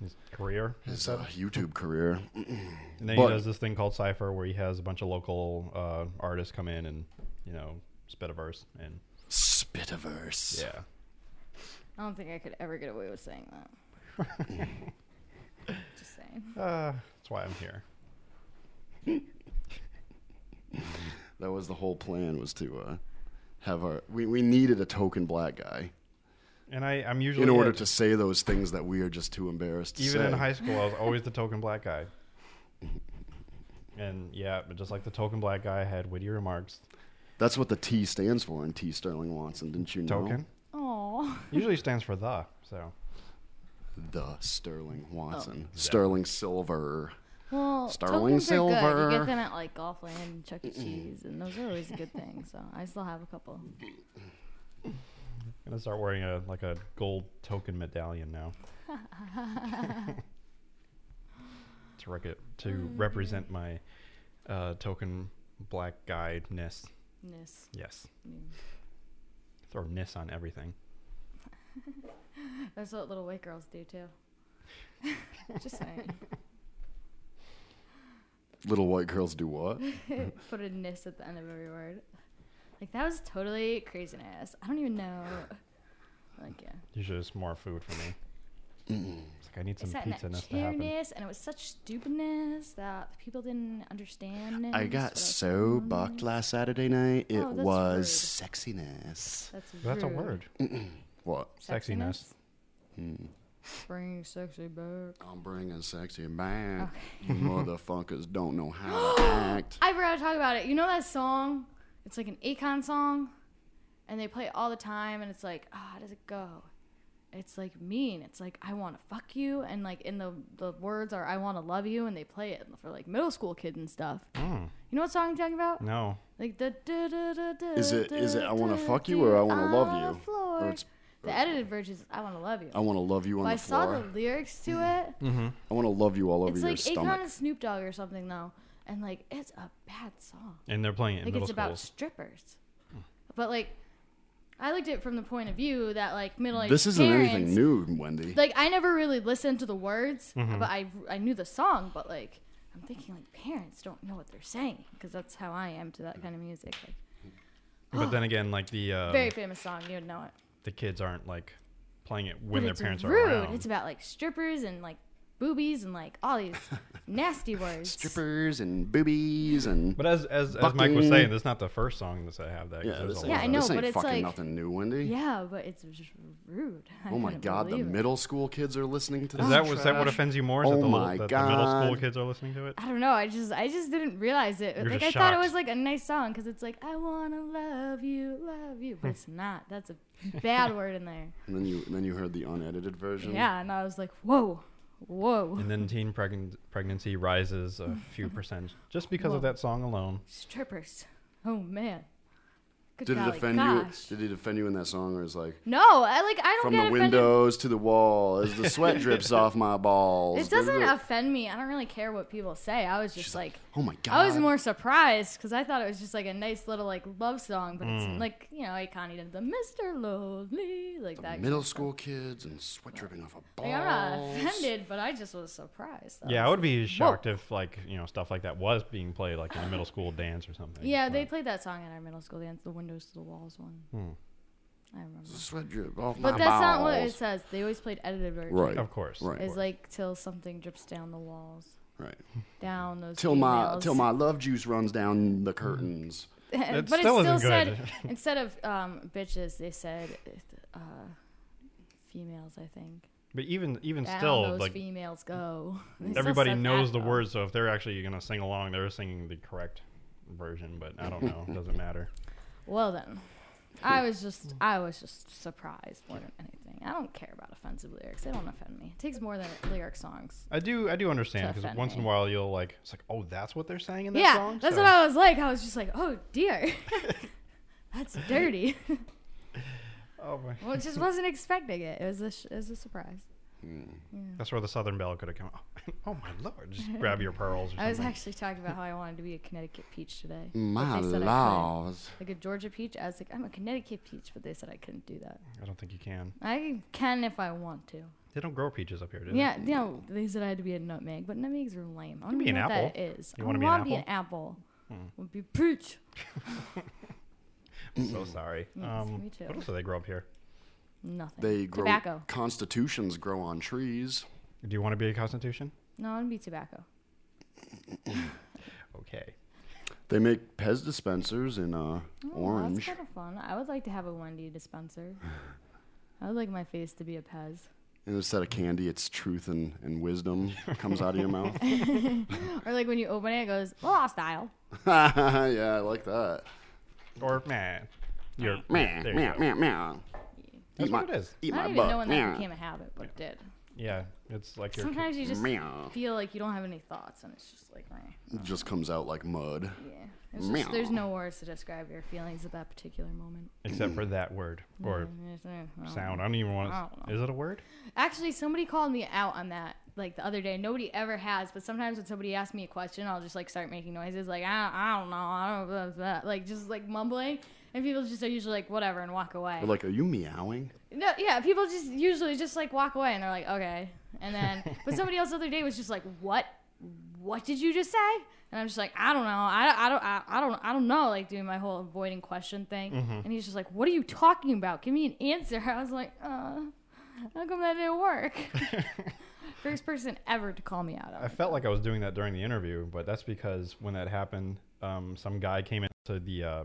Speaker 2: His career.
Speaker 1: his uh, YouTube career.
Speaker 2: And then he
Speaker 1: But-
Speaker 2: does this thing called Cipher, where he has a bunch of local uh, artists come in and you know spit a verse and
Speaker 1: spit a verse.
Speaker 2: Yeah.
Speaker 3: I don't think I could ever get away with saying that.
Speaker 1: *laughs*
Speaker 3: Just saying.
Speaker 2: Uh, that's why I'm here.
Speaker 1: That was the whole plan was to uh, have our we, we needed a token black guy
Speaker 2: And I, I'm usually
Speaker 1: in order
Speaker 2: it.
Speaker 1: to say those things that we are just too embarrassed to
Speaker 2: even in
Speaker 1: say.
Speaker 2: high school, I was always the token black
Speaker 1: *laughs*
Speaker 2: guy. And yeah, but just like the token black guy had witty remarks.
Speaker 1: That's what the T stands for in T Sterling Watson, didn't you know?
Speaker 2: Token?
Speaker 3: Aw. Aw.
Speaker 2: Usually stands for the. So
Speaker 1: the Sterling Watson,
Speaker 2: Oh.
Speaker 1: Sterling Silver.
Speaker 3: Well,
Speaker 1: Sterling
Speaker 3: tokens are good. You
Speaker 1: Silver.
Speaker 3: get them at like Golfland and Chuck E. Cheese, and those are always a good thing. So I still have a couple.
Speaker 2: I'm gonna start wearing a like a gold token medallion
Speaker 1: *laughs*
Speaker 2: now to rec- to
Speaker 3: Mm.
Speaker 2: represent my uh, token black guy ness.
Speaker 3: Ness.
Speaker 2: Yes.
Speaker 3: Mm.
Speaker 2: Throw ness on everything.
Speaker 3: That's what little white girls do
Speaker 1: *laughs*
Speaker 3: too. Just saying.
Speaker 1: Little white girls
Speaker 3: *laughs*
Speaker 1: do what?
Speaker 3: Put a ness at the end of every word. Like that was totally craziness. I don't even know. Like yeah.
Speaker 2: You should just more food for
Speaker 3: *laughs*
Speaker 2: me. it's like I need some
Speaker 3: It's that
Speaker 2: pizza
Speaker 3: and
Speaker 2: ness
Speaker 3: that
Speaker 2: to happen.
Speaker 3: cheerness, and it was such stupidness that people didn't understand.
Speaker 1: I
Speaker 3: and
Speaker 1: got
Speaker 3: just
Speaker 1: so bucked last Saturday night. It
Speaker 3: Oh, that's
Speaker 1: was
Speaker 3: rude.
Speaker 1: sexiness.
Speaker 3: That's
Speaker 2: That's a
Speaker 3: rude.
Speaker 2: word.
Speaker 1: what?
Speaker 2: Sexiness.
Speaker 1: Hmm.
Speaker 3: Bring sexy back.
Speaker 1: I'm bringing sexy back.
Speaker 3: Okay.
Speaker 1: You *laughs* motherfuckers don't know how
Speaker 3: *gasps*
Speaker 1: to act.
Speaker 3: I forgot to talk about it. You know that song? It's like an Akon song, and they play it all the time. And it's like, oh, how does it go? It's like mean. It's like I want to fuck you, and like in the the words are I want to love you, and they play it for like middle school kids and stuff.
Speaker 2: Mm.
Speaker 3: You know what song I'm talking about?
Speaker 2: No.
Speaker 3: Like the da, da, da, da,
Speaker 1: Is it is it
Speaker 3: da,
Speaker 1: I want to
Speaker 3: da,
Speaker 1: fuck you
Speaker 3: da,
Speaker 1: or I want to
Speaker 3: on
Speaker 1: love
Speaker 3: the
Speaker 1: you?
Speaker 3: floor.
Speaker 1: Or it's
Speaker 3: the edited version is I want to love you.
Speaker 1: I want to love you
Speaker 3: But
Speaker 1: on
Speaker 3: I
Speaker 1: the floor.
Speaker 3: saw the lyrics to it.
Speaker 1: mm-hmm. I want to love you all over
Speaker 3: It's
Speaker 1: your
Speaker 3: like
Speaker 1: stomach.
Speaker 3: Akon and Snoop Dogg or something though, and like it's a bad song.
Speaker 2: And they're playing it in
Speaker 3: like
Speaker 2: middle
Speaker 3: it's about
Speaker 2: schools.
Speaker 3: strippers, but like I looked at it from the point of view that like middle aged
Speaker 1: this isn't anything
Speaker 3: parents-
Speaker 1: new, Wendy.
Speaker 3: Like I never really listened to the words,
Speaker 2: Mm-hmm.
Speaker 1: Mhm.
Speaker 3: but I I knew the song. But like I'm thinking like parents don't know what they're saying because that's how I am to
Speaker 2: Mm-hmm.
Speaker 3: that kind of music. Like
Speaker 2: But
Speaker 3: *gasps*
Speaker 2: then again, like the uh,
Speaker 3: very famous song, you would know it.
Speaker 2: the kids aren't like playing it when
Speaker 3: But
Speaker 2: their
Speaker 3: it's
Speaker 2: parents
Speaker 3: rude.
Speaker 2: are around.
Speaker 3: It's about like strippers and like boobies and like all
Speaker 2: *laughs*
Speaker 3: these nasty words.
Speaker 1: Strippers and boobies and.
Speaker 2: But as as, as Mike was
Speaker 1: fucking-
Speaker 2: saying, that's not the first song that's I have that. 'cause
Speaker 1: Yeah,
Speaker 2: there's
Speaker 1: this
Speaker 2: a
Speaker 1: ain't,
Speaker 2: lot
Speaker 3: I
Speaker 2: of-
Speaker 3: know,
Speaker 1: this ain't
Speaker 3: but it's
Speaker 1: fucking
Speaker 3: like-
Speaker 1: nothing new, Wendy.
Speaker 3: Yeah, but it's just rude. *laughs* I
Speaker 1: Oh my
Speaker 3: couldn't
Speaker 1: God, the
Speaker 3: believe it.
Speaker 1: middle school kids are listening to this.
Speaker 2: Is that was that what
Speaker 1: trash?
Speaker 2: offends you more? Is
Speaker 1: oh
Speaker 2: that the, little-
Speaker 1: my
Speaker 2: that
Speaker 1: God.
Speaker 2: the middle school kids are listening to it?
Speaker 3: I don't know. I just I just didn't realize it.
Speaker 2: You're
Speaker 3: like I
Speaker 2: just
Speaker 3: thought it
Speaker 2: shocked.
Speaker 3: was like a nice song because it's like I wanna love you, love you, but it's not. That's a
Speaker 2: *laughs*
Speaker 3: bad word in there.
Speaker 1: And then you then you heard the unedited version.
Speaker 3: Yeah, and I was like, whoa, whoa,
Speaker 2: And then teen pregn- pregnancy rises a
Speaker 3: *laughs*
Speaker 2: few percent just because of
Speaker 3: Whoa.
Speaker 2: that song alone.
Speaker 3: strippers. Oh man. Good
Speaker 1: Did
Speaker 3: golly,
Speaker 1: it offend
Speaker 3: gosh.
Speaker 1: you? Did it offend you in that song, or is like
Speaker 3: No, I like I don't
Speaker 1: from
Speaker 3: get
Speaker 1: the
Speaker 3: offended.
Speaker 1: windows to the wall as the
Speaker 3: *laughs*
Speaker 1: sweat drips off my balls?
Speaker 3: It doesn't offend me. I don't really care what people say. I was just like,
Speaker 1: Oh my
Speaker 3: I was
Speaker 1: God.
Speaker 3: more surprised because I thought it was just like a nice little like love song, but
Speaker 1: Mm.
Speaker 3: it's like you know, Akon he did the Mr. Lonely like that.
Speaker 1: Middle school kids and sweat dripping off a
Speaker 3: Like,
Speaker 1: ball.
Speaker 3: I'm not offended, but I just was surprised.
Speaker 2: Yeah, I would be shocked if like you know stuff like that was being played like in a middle school dance or something.
Speaker 3: Yeah, they played that song at our middle school dance, the windows to the walls one.
Speaker 2: Hmm.
Speaker 3: I remember.
Speaker 1: Sweat drip off
Speaker 3: But
Speaker 1: my
Speaker 3: that's not what it
Speaker 1: balls.
Speaker 3: says. They always played edited version.
Speaker 1: Right. Of course. Right.
Speaker 3: It's like till something drips down the walls,
Speaker 1: Right.
Speaker 3: down those.
Speaker 1: Till my
Speaker 3: females. Mm-hmm.
Speaker 1: till my love juice runs down the curtains.
Speaker 3: *laughs* but it still said *laughs* instead of um, bitches, they said uh, females. I think.
Speaker 2: But even even
Speaker 3: Down
Speaker 2: still,
Speaker 3: those
Speaker 2: like
Speaker 3: females go. *laughs* They still
Speaker 2: everybody
Speaker 3: said
Speaker 2: knows
Speaker 3: that,
Speaker 2: the
Speaker 3: though.
Speaker 2: words, so if they're actually gonna sing along, they're singing the correct version. But I don't know; it doesn't matter.
Speaker 3: Well then, I was just I was just surprised more than anything. I don't care about offensive lyrics. They don't offend me. It takes more than lyric songs.
Speaker 2: I do I do understand
Speaker 3: To
Speaker 2: because
Speaker 3: offend
Speaker 2: once in a
Speaker 3: me.
Speaker 2: while you'll like it's like oh that's what they're saying in that
Speaker 3: yeah,
Speaker 2: song.
Speaker 3: that's
Speaker 2: So-
Speaker 3: what I was like. I was just like, oh
Speaker 2: *laughs*
Speaker 3: dear, that's dirty. *laughs*
Speaker 2: Oh my.
Speaker 3: well, just wasn't expecting it. It was a sh- it was a surprise.
Speaker 2: That's where the Southern Belle could have come. Oh, *laughs* oh my lord!
Speaker 3: *laughs*
Speaker 2: Just grab your pearls. Or
Speaker 3: I was
Speaker 2: something.
Speaker 3: actually talking about how I wanted to be a Connecticut peach today.
Speaker 1: My
Speaker 3: but they said I couldn't.
Speaker 1: laws.
Speaker 3: Like a Georgia peach, I was like, I'm a Connecticut peach, but they said I couldn't do that.
Speaker 2: I don't think you can.
Speaker 3: I can if I want to.
Speaker 2: They don't grow peaches up here, do they?
Speaker 3: Yeah, you know, they said I had to be a nutmeg, but nutmegs are lame. I
Speaker 2: can
Speaker 3: don't
Speaker 2: be
Speaker 3: know
Speaker 2: an
Speaker 3: what that
Speaker 2: apple.
Speaker 3: is.
Speaker 2: You
Speaker 3: I
Speaker 2: wanna
Speaker 3: want
Speaker 2: be an Hmm.
Speaker 3: to be an apple. Would be peach.
Speaker 2: I'm so sorry.
Speaker 3: Yes,
Speaker 2: um,
Speaker 3: me too.
Speaker 2: What else do they grow up here?
Speaker 3: Nothing.
Speaker 1: They grow
Speaker 3: Tobacco.
Speaker 1: constitutions grow on trees.
Speaker 2: Do you want to be a constitution?
Speaker 3: No, it'd be tobacco.
Speaker 2: Okay.
Speaker 1: They make Pez dispensers in uh,
Speaker 3: Oh,
Speaker 1: orange.
Speaker 3: That's kind of fun. I would like to have a Wendy
Speaker 1: *laughs*
Speaker 3: dispenser. I would like my face to be a Pez.
Speaker 1: And instead of candy, it's truth and, and wisdom comes out of
Speaker 3: *laughs*
Speaker 1: your mouth. *laughs*
Speaker 3: or like when you open it, it goes, well, off style.
Speaker 1: yeah, I like that.
Speaker 2: Or man, You're
Speaker 1: Meh,
Speaker 3: Oh.
Speaker 2: there you
Speaker 1: meh,
Speaker 2: go.
Speaker 1: meh, meh.
Speaker 2: That's
Speaker 1: Eat
Speaker 2: what
Speaker 1: my-
Speaker 2: it is.
Speaker 1: eat
Speaker 3: I don't even know when that became a habit, but it did.
Speaker 2: Yeah, it's like
Speaker 3: *laughs*
Speaker 2: your
Speaker 3: Sometimes you just
Speaker 1: Meow.
Speaker 3: feel like you don't have any thoughts, and it's just like, meh.
Speaker 1: It just comes out like mud.
Speaker 3: yeah. It's just, there's no words to describe your feelings at that particular moment.
Speaker 2: except for that word or
Speaker 3: Mm, it's, eh, I don't
Speaker 2: sound.
Speaker 3: know.
Speaker 2: I don't even want
Speaker 3: I don't
Speaker 2: to.
Speaker 3: know.
Speaker 2: Is it a word?
Speaker 3: Actually, somebody called me out on that like the other day. Nobody ever has, but sometimes when somebody asks me a question, I'll just like start making noises like I, I don't know, I don't blah, blah, blah," like just like mumbling, and people just are usually like whatever and walk away.
Speaker 1: They're like, are you meowing?
Speaker 3: No, yeah, people just usually just like walk away and they're like, okay. And then, but somebody else the other day was just like, what? What did you just say? And I'm just like, I don't know. I, I don't, I, I don't, I don't know. Like doing my whole avoiding question thing.
Speaker 18: Mhm.
Speaker 3: And he's just like, what are you talking about? Give me an answer. *laughs* I was like, uh, how come that didn't work? First person ever to call me out on.
Speaker 2: I
Speaker 3: it.
Speaker 2: felt like I was doing that during the interview, but that's because when that happened, um, some guy came into the uh,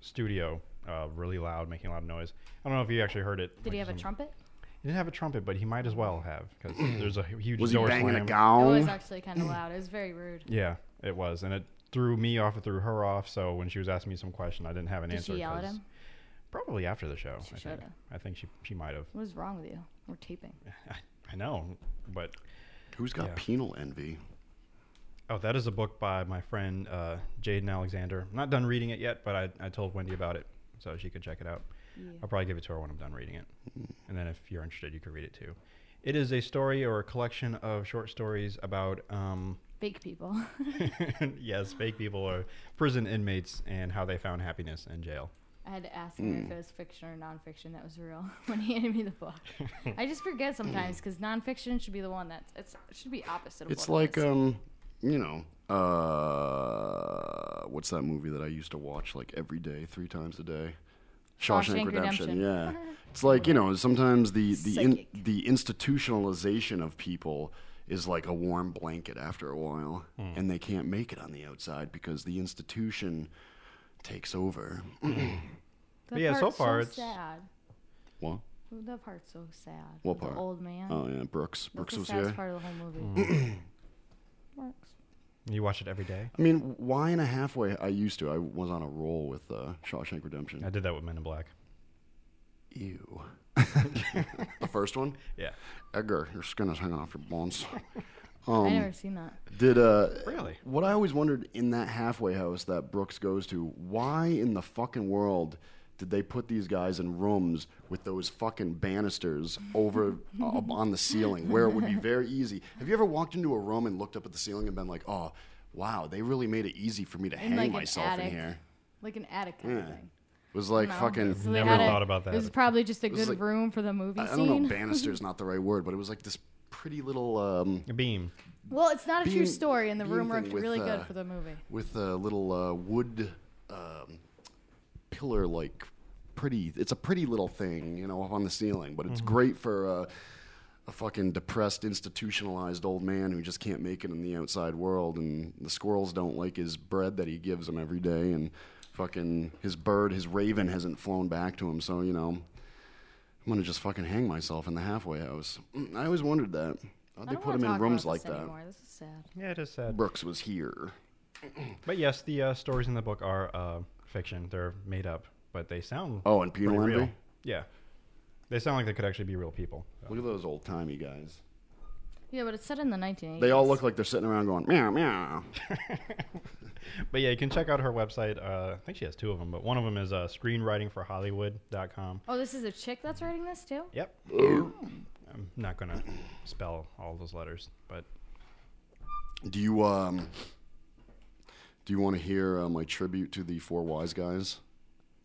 Speaker 2: studio uh, really loud, making a lot of noise. I don't know if you actually heard it.
Speaker 3: Did he
Speaker 2: like,
Speaker 3: have a
Speaker 2: some-
Speaker 3: trumpet?
Speaker 2: He didn't have a trumpet, but he might as well have because there's a huge
Speaker 1: Was he
Speaker 2: door
Speaker 1: banging a
Speaker 2: slam.
Speaker 1: gong?
Speaker 3: It was actually kind of loud. It was very rude.
Speaker 2: Yeah, it was, and it threw me off. It threw her off. So when she was asking me some question, I didn't have an
Speaker 3: Did
Speaker 2: answer.
Speaker 3: she yell at
Speaker 2: 'cause-
Speaker 3: him?
Speaker 2: Probably after the show. I think.
Speaker 3: shoulda.
Speaker 2: I think she she might have.
Speaker 3: What is wrong with you? We're taping.
Speaker 2: I know, but
Speaker 1: who's got penal envy?
Speaker 2: Oh, that is a book by my friend uh, Jaden Alexander. I'm not done reading it yet, but I, I told Wendy about it, so she could check it out.
Speaker 3: Yeah.
Speaker 2: I'll probably give it to her when I'm done reading it, and then if you're interested, you could read it too. It is a story or a collection of short stories about um, *laughs*
Speaker 3: Fake people. *laughs*
Speaker 2: yes, fake people or prison inmates and how they found happiness in jail.
Speaker 3: I had to ask him
Speaker 2: Mm.
Speaker 3: if it was fiction or nonfiction that was real *laughs* when he handed me the
Speaker 1: *laughs*
Speaker 3: book. I just forget sometimes because nonfiction should be the one that's it's it should be opposite. Of
Speaker 1: Mm. It's
Speaker 3: what it
Speaker 1: like
Speaker 3: is.
Speaker 1: um, you know, uh, what's that movie that I used to watch like every day, three times a day?
Speaker 3: Shawshank Redemption. *laughs*
Speaker 1: Yeah, it's like you know, sometimes the the in, the institutionalization of people is like a warm blanket after a while, and they can't make it on the outside because the institution takes over. *clears throat*
Speaker 3: That
Speaker 2: yeah, so
Speaker 3: part's
Speaker 2: far it's-
Speaker 3: sad.
Speaker 1: what?
Speaker 3: That part's so sad.
Speaker 1: What
Speaker 3: The
Speaker 1: part?
Speaker 3: old man.
Speaker 1: Oh yeah, Brooks.
Speaker 3: That's
Speaker 1: Brooks
Speaker 3: the
Speaker 1: was
Speaker 3: saddest
Speaker 1: here.
Speaker 3: part of the whole
Speaker 2: Mm.
Speaker 1: *clears throat*
Speaker 3: movie. Brooks.
Speaker 2: You watch it every day.
Speaker 1: I mean, why and a half way I used to. I was on a roll with uh, Shawshank Redemption. I
Speaker 2: did that with Men in Black.
Speaker 1: Ew. the first one?
Speaker 2: Yeah.
Speaker 1: Edgar, your skin is hanging off your bones. Um,
Speaker 3: I never seen that.
Speaker 1: Did uh
Speaker 3: Really?
Speaker 1: What I always wondered in that halfway house that Brooks goes to, why in the fucking world did they put these guys in rooms with those fucking banisters over up on the ceiling where it would be very easy? Have you ever walked into a room and looked up at the ceiling and been like, "Oh, wow, they really made it easy for me to
Speaker 3: In
Speaker 1: hang
Speaker 3: like an
Speaker 1: myself in
Speaker 3: attic.
Speaker 1: here."
Speaker 3: Like an attic kind
Speaker 1: Yeah.
Speaker 3: of thing.
Speaker 1: It was like
Speaker 3: No.
Speaker 1: fucking
Speaker 3: So they had a- It was probably just a
Speaker 1: It was
Speaker 3: good
Speaker 1: like-
Speaker 3: room for the movie
Speaker 1: I, I
Speaker 3: scene.
Speaker 1: don't know, banister's not the right word, but it was like this pretty little um,
Speaker 2: beam
Speaker 3: well, it's not a true
Speaker 1: beam-
Speaker 3: story, and the
Speaker 1: beam
Speaker 3: room
Speaker 1: thing
Speaker 3: worked
Speaker 1: with,
Speaker 3: really
Speaker 1: uh,
Speaker 3: good for the movie.
Speaker 1: with a little uh, wood um, pillar like pretty it's a pretty little thing you know up on the ceiling but it's
Speaker 2: Mhm.
Speaker 1: great for uh, a fucking depressed institutionalized old man who just can't make it in the outside world and the squirrels don't like his bread that he gives them every day and fucking his bird his raven hasn't flown back to him so you know i'm gonna just fucking hang myself in the halfway house Mm, i always wondered that How'd
Speaker 3: I
Speaker 1: they
Speaker 3: don't
Speaker 1: put
Speaker 3: wanna
Speaker 1: him in
Speaker 3: talk
Speaker 1: rooms
Speaker 3: about
Speaker 1: like
Speaker 3: this
Speaker 1: that
Speaker 3: Anymore. This is sad.
Speaker 2: Yeah, it is sad.
Speaker 1: brooks was here
Speaker 2: But yes, the uh, stories in the book are uh, fiction. They're made up, but they sound
Speaker 1: Oh, and Penal
Speaker 2: pretty
Speaker 1: Envy?
Speaker 2: Real. Yeah, they sound like they could actually be real people.
Speaker 1: Look at those old timey guys.
Speaker 3: Yeah, but it's set in the 1980s.
Speaker 1: They all look like they're sitting around going meow meow.
Speaker 2: But yeah, you can check out her website. Uh, I think she has two of them, but one of them is uh, screenwritingforhollywood.com.
Speaker 3: Oh, this is a chick that's writing this too.
Speaker 2: Yep. I'm not gonna spell all those letters, but
Speaker 1: Do you um? Do you want to hear uh, my tribute to the four wise guys?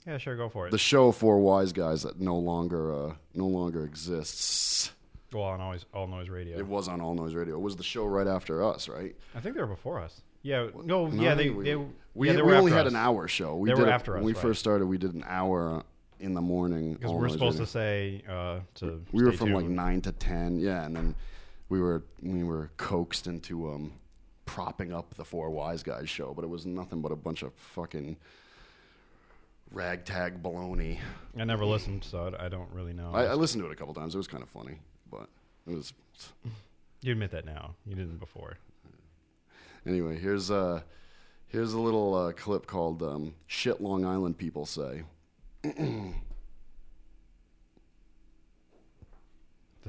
Speaker 2: yeah, sure, go for it.
Speaker 1: The show Four Wise Guys that no longer uh, no longer exists.
Speaker 2: well, on always all noise radio.
Speaker 1: It was on All Noise Radio. It was the show right after us, right?
Speaker 2: I think they were before us. Yeah. No. yeah. They.
Speaker 1: we
Speaker 2: they
Speaker 1: we,
Speaker 2: yeah, they
Speaker 1: we
Speaker 2: were
Speaker 1: only
Speaker 2: after
Speaker 1: had
Speaker 2: us.
Speaker 1: an hour show. We
Speaker 2: they
Speaker 1: did
Speaker 2: were
Speaker 1: it-
Speaker 2: after us.
Speaker 1: When we
Speaker 2: right.
Speaker 1: first started, we did an hour in the morning.
Speaker 2: Because
Speaker 1: All
Speaker 2: we're
Speaker 1: Noise
Speaker 2: supposed
Speaker 1: Radio.
Speaker 2: to say uh, to.
Speaker 1: we were
Speaker 2: stay
Speaker 1: from like
Speaker 2: tuned.
Speaker 1: nine to ten, yeah, and then we were we were coaxed into um, propping up the Four Wise Guys show, but it was nothing but a bunch of fucking ragtag baloney.
Speaker 2: I never listened, so I I don't really know.
Speaker 1: I, I listened to it a couple times. It was kind of funny, but it was
Speaker 2: You admit that now. You didn't before.
Speaker 1: anyway. Here's uh here's a little uh, clip called um, "Shit Long Island People Say."
Speaker 2: The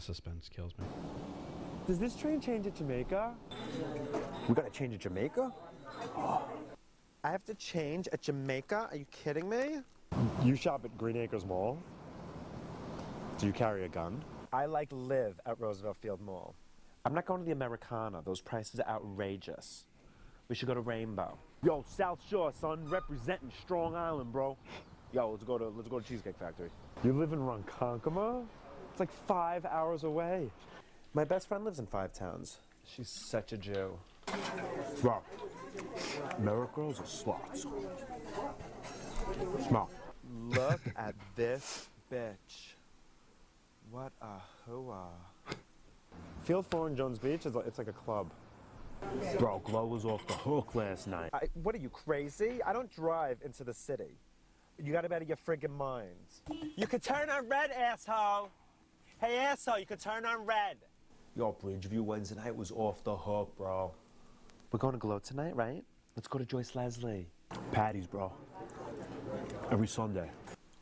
Speaker 2: suspense kills me.
Speaker 18: Does this train change at Jamaica?
Speaker 19: We gotta change to Jamaica?
Speaker 18: *gasps* I have to change at Jamaica? Are you kidding me? You shop at Green Acres Mall? Do you carry a gun? I like live at Roosevelt Field Mall. I'm not going to the Americana. Those prices are outrageous. We should go to Rainbow. Yo, South Shore, son, representing Strong Island, bro. Yo, let's go to let's go to Cheesecake Factory. You live in Ronkonkoma? It's like five hours away. My best friend lives in Five Towns. She's such a Jew.
Speaker 19: Bro, miracles are slots. Smell.
Speaker 18: Look at this bitch. What a hooah. Field 4 in Jones Beach is like, it's like a club.
Speaker 19: Bro, Glow was off the hook last night.
Speaker 18: I, what are you, crazy? I don't drive into the city. You gotta be out of your friggin' minds. You could turn on red, asshole! Hey, asshole, you could turn on red!
Speaker 19: Yo, Bridgeview Wednesday night was off the hook, bro.
Speaker 18: We're going to Glow tonight, right? Let's go to Joyce Leslie.
Speaker 19: Patties, bro. Every Sunday.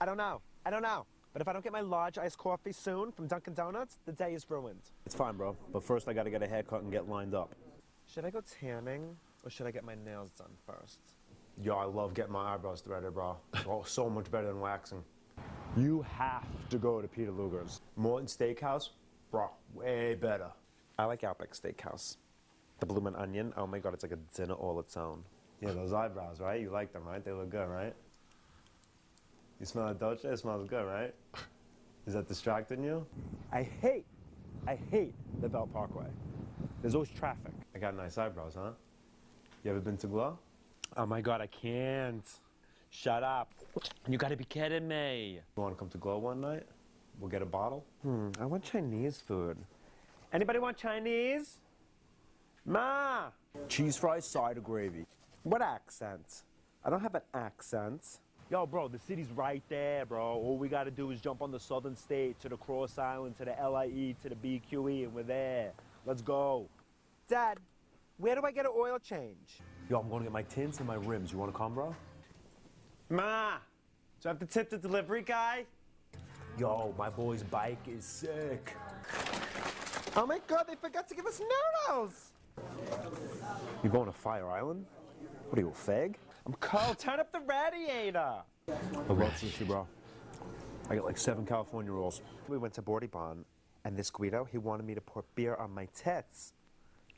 Speaker 18: I don't know. I don't know. But if I don't get my large iced coffee soon from Dunkin' Donuts, the day is ruined.
Speaker 19: It's fine, bro. But first, I gotta get a haircut and get lined up.
Speaker 18: Should I go tanning or should I get my nails done first?
Speaker 19: Yo, I love getting my eyebrows threaded, bro. *laughs* Oh, so much better than waxing. You have to go to Peter Luger's. Morton Steakhouse, bro, way better.
Speaker 18: I like Outback Steakhouse. The Bloomin' Onion, oh my god, it's like a dinner all its own.
Speaker 19: Yeah, those eyebrows, right? You like them, right? They look good, right? You smell a Dolce? It smells good, right? Is that distracting you? I hate, I hate the Bell Parkway. There's always traffic. I got nice eyebrows, huh? You ever been to Glow? Oh my god, I can't. Shut up. You gotta be kidding me. You wanna come to Glow one night? We'll get a bottle.
Speaker 18: Hmm, I want Chinese food. Anybody want Chinese? Ma!
Speaker 19: Cheese fries, cider gravy.
Speaker 18: What accent? I don't have an accent.
Speaker 19: Yo, bro, the city's right there, bro. All we gotta do is jump on the Southern State to the Cross Island to the LIE to the BQE, and we're there. Let's go.
Speaker 18: Dad, where do I get an oil change?
Speaker 19: Yo, I'm gonna get my tints and my rims. You wanna come, bro?
Speaker 18: Ma! Do I have to tip the delivery guy?
Speaker 19: Yo, my boy's bike is sick.
Speaker 18: Oh my god, they forgot to give us noodles!
Speaker 19: You going to Fire Island? What are you, a fag?
Speaker 18: I'm cold. Turn up the radiator!
Speaker 19: I love sushi, bro. I got like seven California rolls.
Speaker 18: We went to Bordy Bon, and this Guido, he wanted me to pour beer on my tits.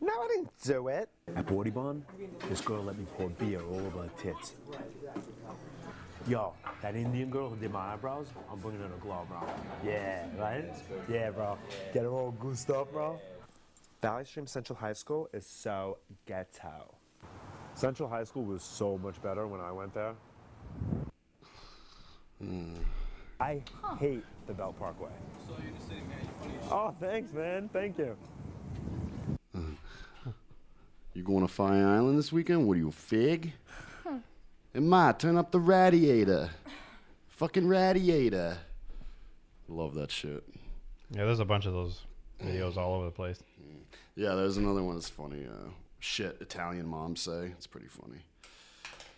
Speaker 18: No, I didn't do it.
Speaker 19: At Bordibon, this girl let me pour beer all over her tits. Yo, that Indian girl who did my eyebrows, I'm bringing her to Glow, bro. Yeah, right? Yeah, bro. Get her all goosed up, bro.
Speaker 18: Valley Stream Central High School is so ghetto.
Speaker 19: Central High School was so much better when I went there. I hate the Belt Parkway. Oh, thanks, man. Thank you.
Speaker 1: You going to Fire Island this weekend? What are you, a fig? And Ma, turn up the radiator. Fucking radiator. Love that shit.
Speaker 2: Yeah, there's a bunch of those videos all over the place.
Speaker 1: Yeah, there's another one that's funny. Uh, shit, Italian moms say. It's pretty funny.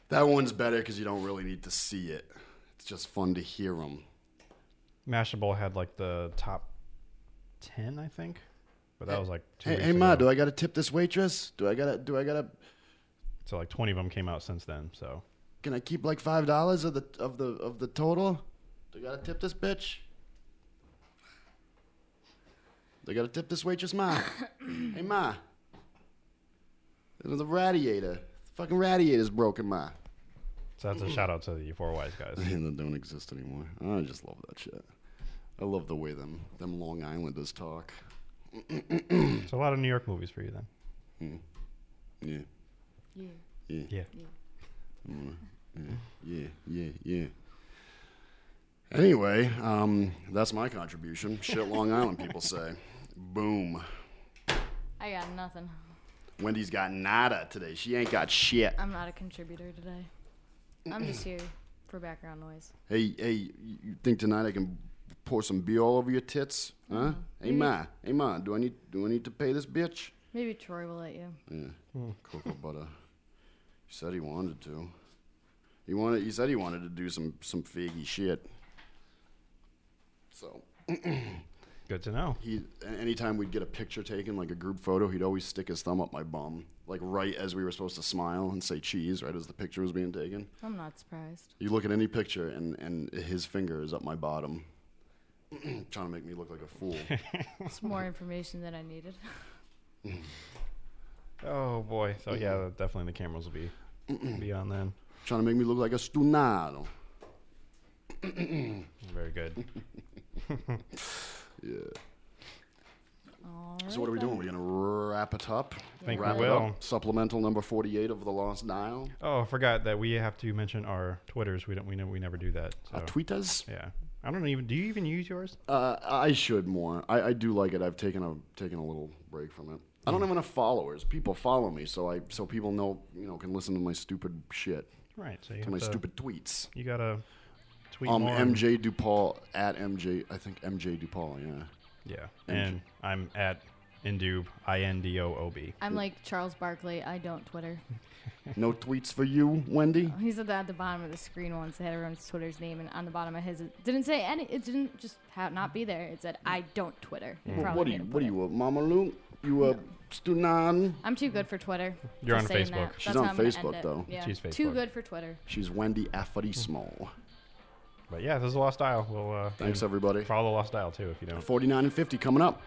Speaker 1: That one's better because you don't really need to see it. It's just fun to hear them.
Speaker 2: Mashable had like the top ten, I think, but that was like two
Speaker 1: Hey,
Speaker 2: weeks
Speaker 1: hey Ma,
Speaker 2: ago.
Speaker 1: do I gotta tip this waitress? Do I gotta? Do I gotta?
Speaker 2: So like twenty of them came out since then. So
Speaker 1: Can I keep like five dollars of the of the of the total? Do I gotta tip this bitch? Do I gotta tip this waitress, Ma? hey Ma, the radiator. The fucking radiator's broken, Ma.
Speaker 2: so that's a shout out to the four wise *laughs* guys.
Speaker 1: They don't exist anymore. I just love that shit. I love the way them them Long Islanders talk.
Speaker 2: It's a lot of New York movies for you then.
Speaker 1: Yeah.
Speaker 3: Yeah.
Speaker 1: Yeah.
Speaker 2: Yeah.
Speaker 1: Mm, Yeah. Yeah. Yeah. Yeah. Anyway, um, that's my contribution. Shit, Long Island people *laughs* say. Boom.
Speaker 3: I got nothing.
Speaker 1: Wendy's got nada today. She ain't got shit.
Speaker 3: I'm not a contributor today. I'm just here for background noise.
Speaker 1: Hey, hey, you you think tonight I can pour some beer all over your tits? Huh? Hey, ma, hey, ma, do I need do I need to pay this bitch?
Speaker 3: Maybe Troy will let you.
Speaker 1: Yeah, cocoa butter. He said he wanted to. He wanted. He said he wanted to do some some figgy shit. So,
Speaker 2: Good to know.
Speaker 1: He a- anytime we'd get a picture taken, like a group photo, he'd always stick his thumb up my bum, like right as we were supposed to smile and say cheese, right as the picture was being taken.
Speaker 3: I'm not
Speaker 1: *laughs*
Speaker 3: surprised.
Speaker 1: You look at any picture, and and his finger is up my bottom, *clears throat* trying to make me look like
Speaker 2: *laughs*
Speaker 1: a fool.
Speaker 3: It's more information than I needed.
Speaker 2: Oh boy. So yeah, *clears throat* definitely the cameras will be be on then.
Speaker 1: trying to make me look like a stunado.
Speaker 2: Very good.
Speaker 1: Yeah. so what are we doing? We're gonna wrap it up.
Speaker 2: Think we
Speaker 1: wrap it
Speaker 2: will.
Speaker 1: up. Supplemental number forty-eight of the Lost Nile.
Speaker 2: Oh, I forgot that we have to mention our Twitters. We don't. We know. We never do that. So.
Speaker 1: Our tweeters?
Speaker 2: Uh, Yeah. I don't even. Do you even use yours?
Speaker 1: Uh, I should more. I, I do like it. I've taken a taken a little break from it. I
Speaker 2: Mm.
Speaker 1: don't have enough followers. People follow me, so I so people know you know can listen to my stupid shit.
Speaker 2: Right. So you
Speaker 1: to
Speaker 2: have
Speaker 1: my
Speaker 2: to-
Speaker 1: stupid tweets.
Speaker 2: You gotta tweet
Speaker 1: um,
Speaker 2: more.
Speaker 1: MJ DuPaul at MJ. I think MJ DuPaul. Yeah.
Speaker 2: Yeah.
Speaker 1: MJ.
Speaker 2: And I'm at Indoob. I N D O O B.
Speaker 3: I'm like Charles Barkley. I don't Twitter. *laughs*
Speaker 1: no tweets for you, Wendy.
Speaker 3: He said that at the bottom of the screen once. It had everyone's Twitter's name, and on the bottom of his, it didn't say any. It didn't just ha not be there. It said, "I don't Twitter." It
Speaker 1: Wh-
Speaker 3: probably
Speaker 1: What are
Speaker 3: made
Speaker 1: you?
Speaker 3: him
Speaker 1: What are you? A Mama Lou? You a Stunan?
Speaker 3: I'm too good for Twitter.
Speaker 1: You're
Speaker 3: Just
Speaker 1: on
Speaker 3: saying
Speaker 1: Facebook.
Speaker 3: that.
Speaker 1: She's
Speaker 3: That's
Speaker 1: on
Speaker 3: how I'm gonna end
Speaker 1: Facebook,
Speaker 3: it.
Speaker 1: though.
Speaker 3: Yeah.
Speaker 2: She's
Speaker 3: Too
Speaker 2: Facebook.
Speaker 3: good for Twitter.
Speaker 1: She's Wendy Afarismo.
Speaker 2: But yeah, this is Lost Isle. We'll uh,
Speaker 1: Thanks,
Speaker 2: and
Speaker 1: everybody.
Speaker 2: Follow Lost Isle too if you don't.
Speaker 1: Forty-nine and fifty coming up.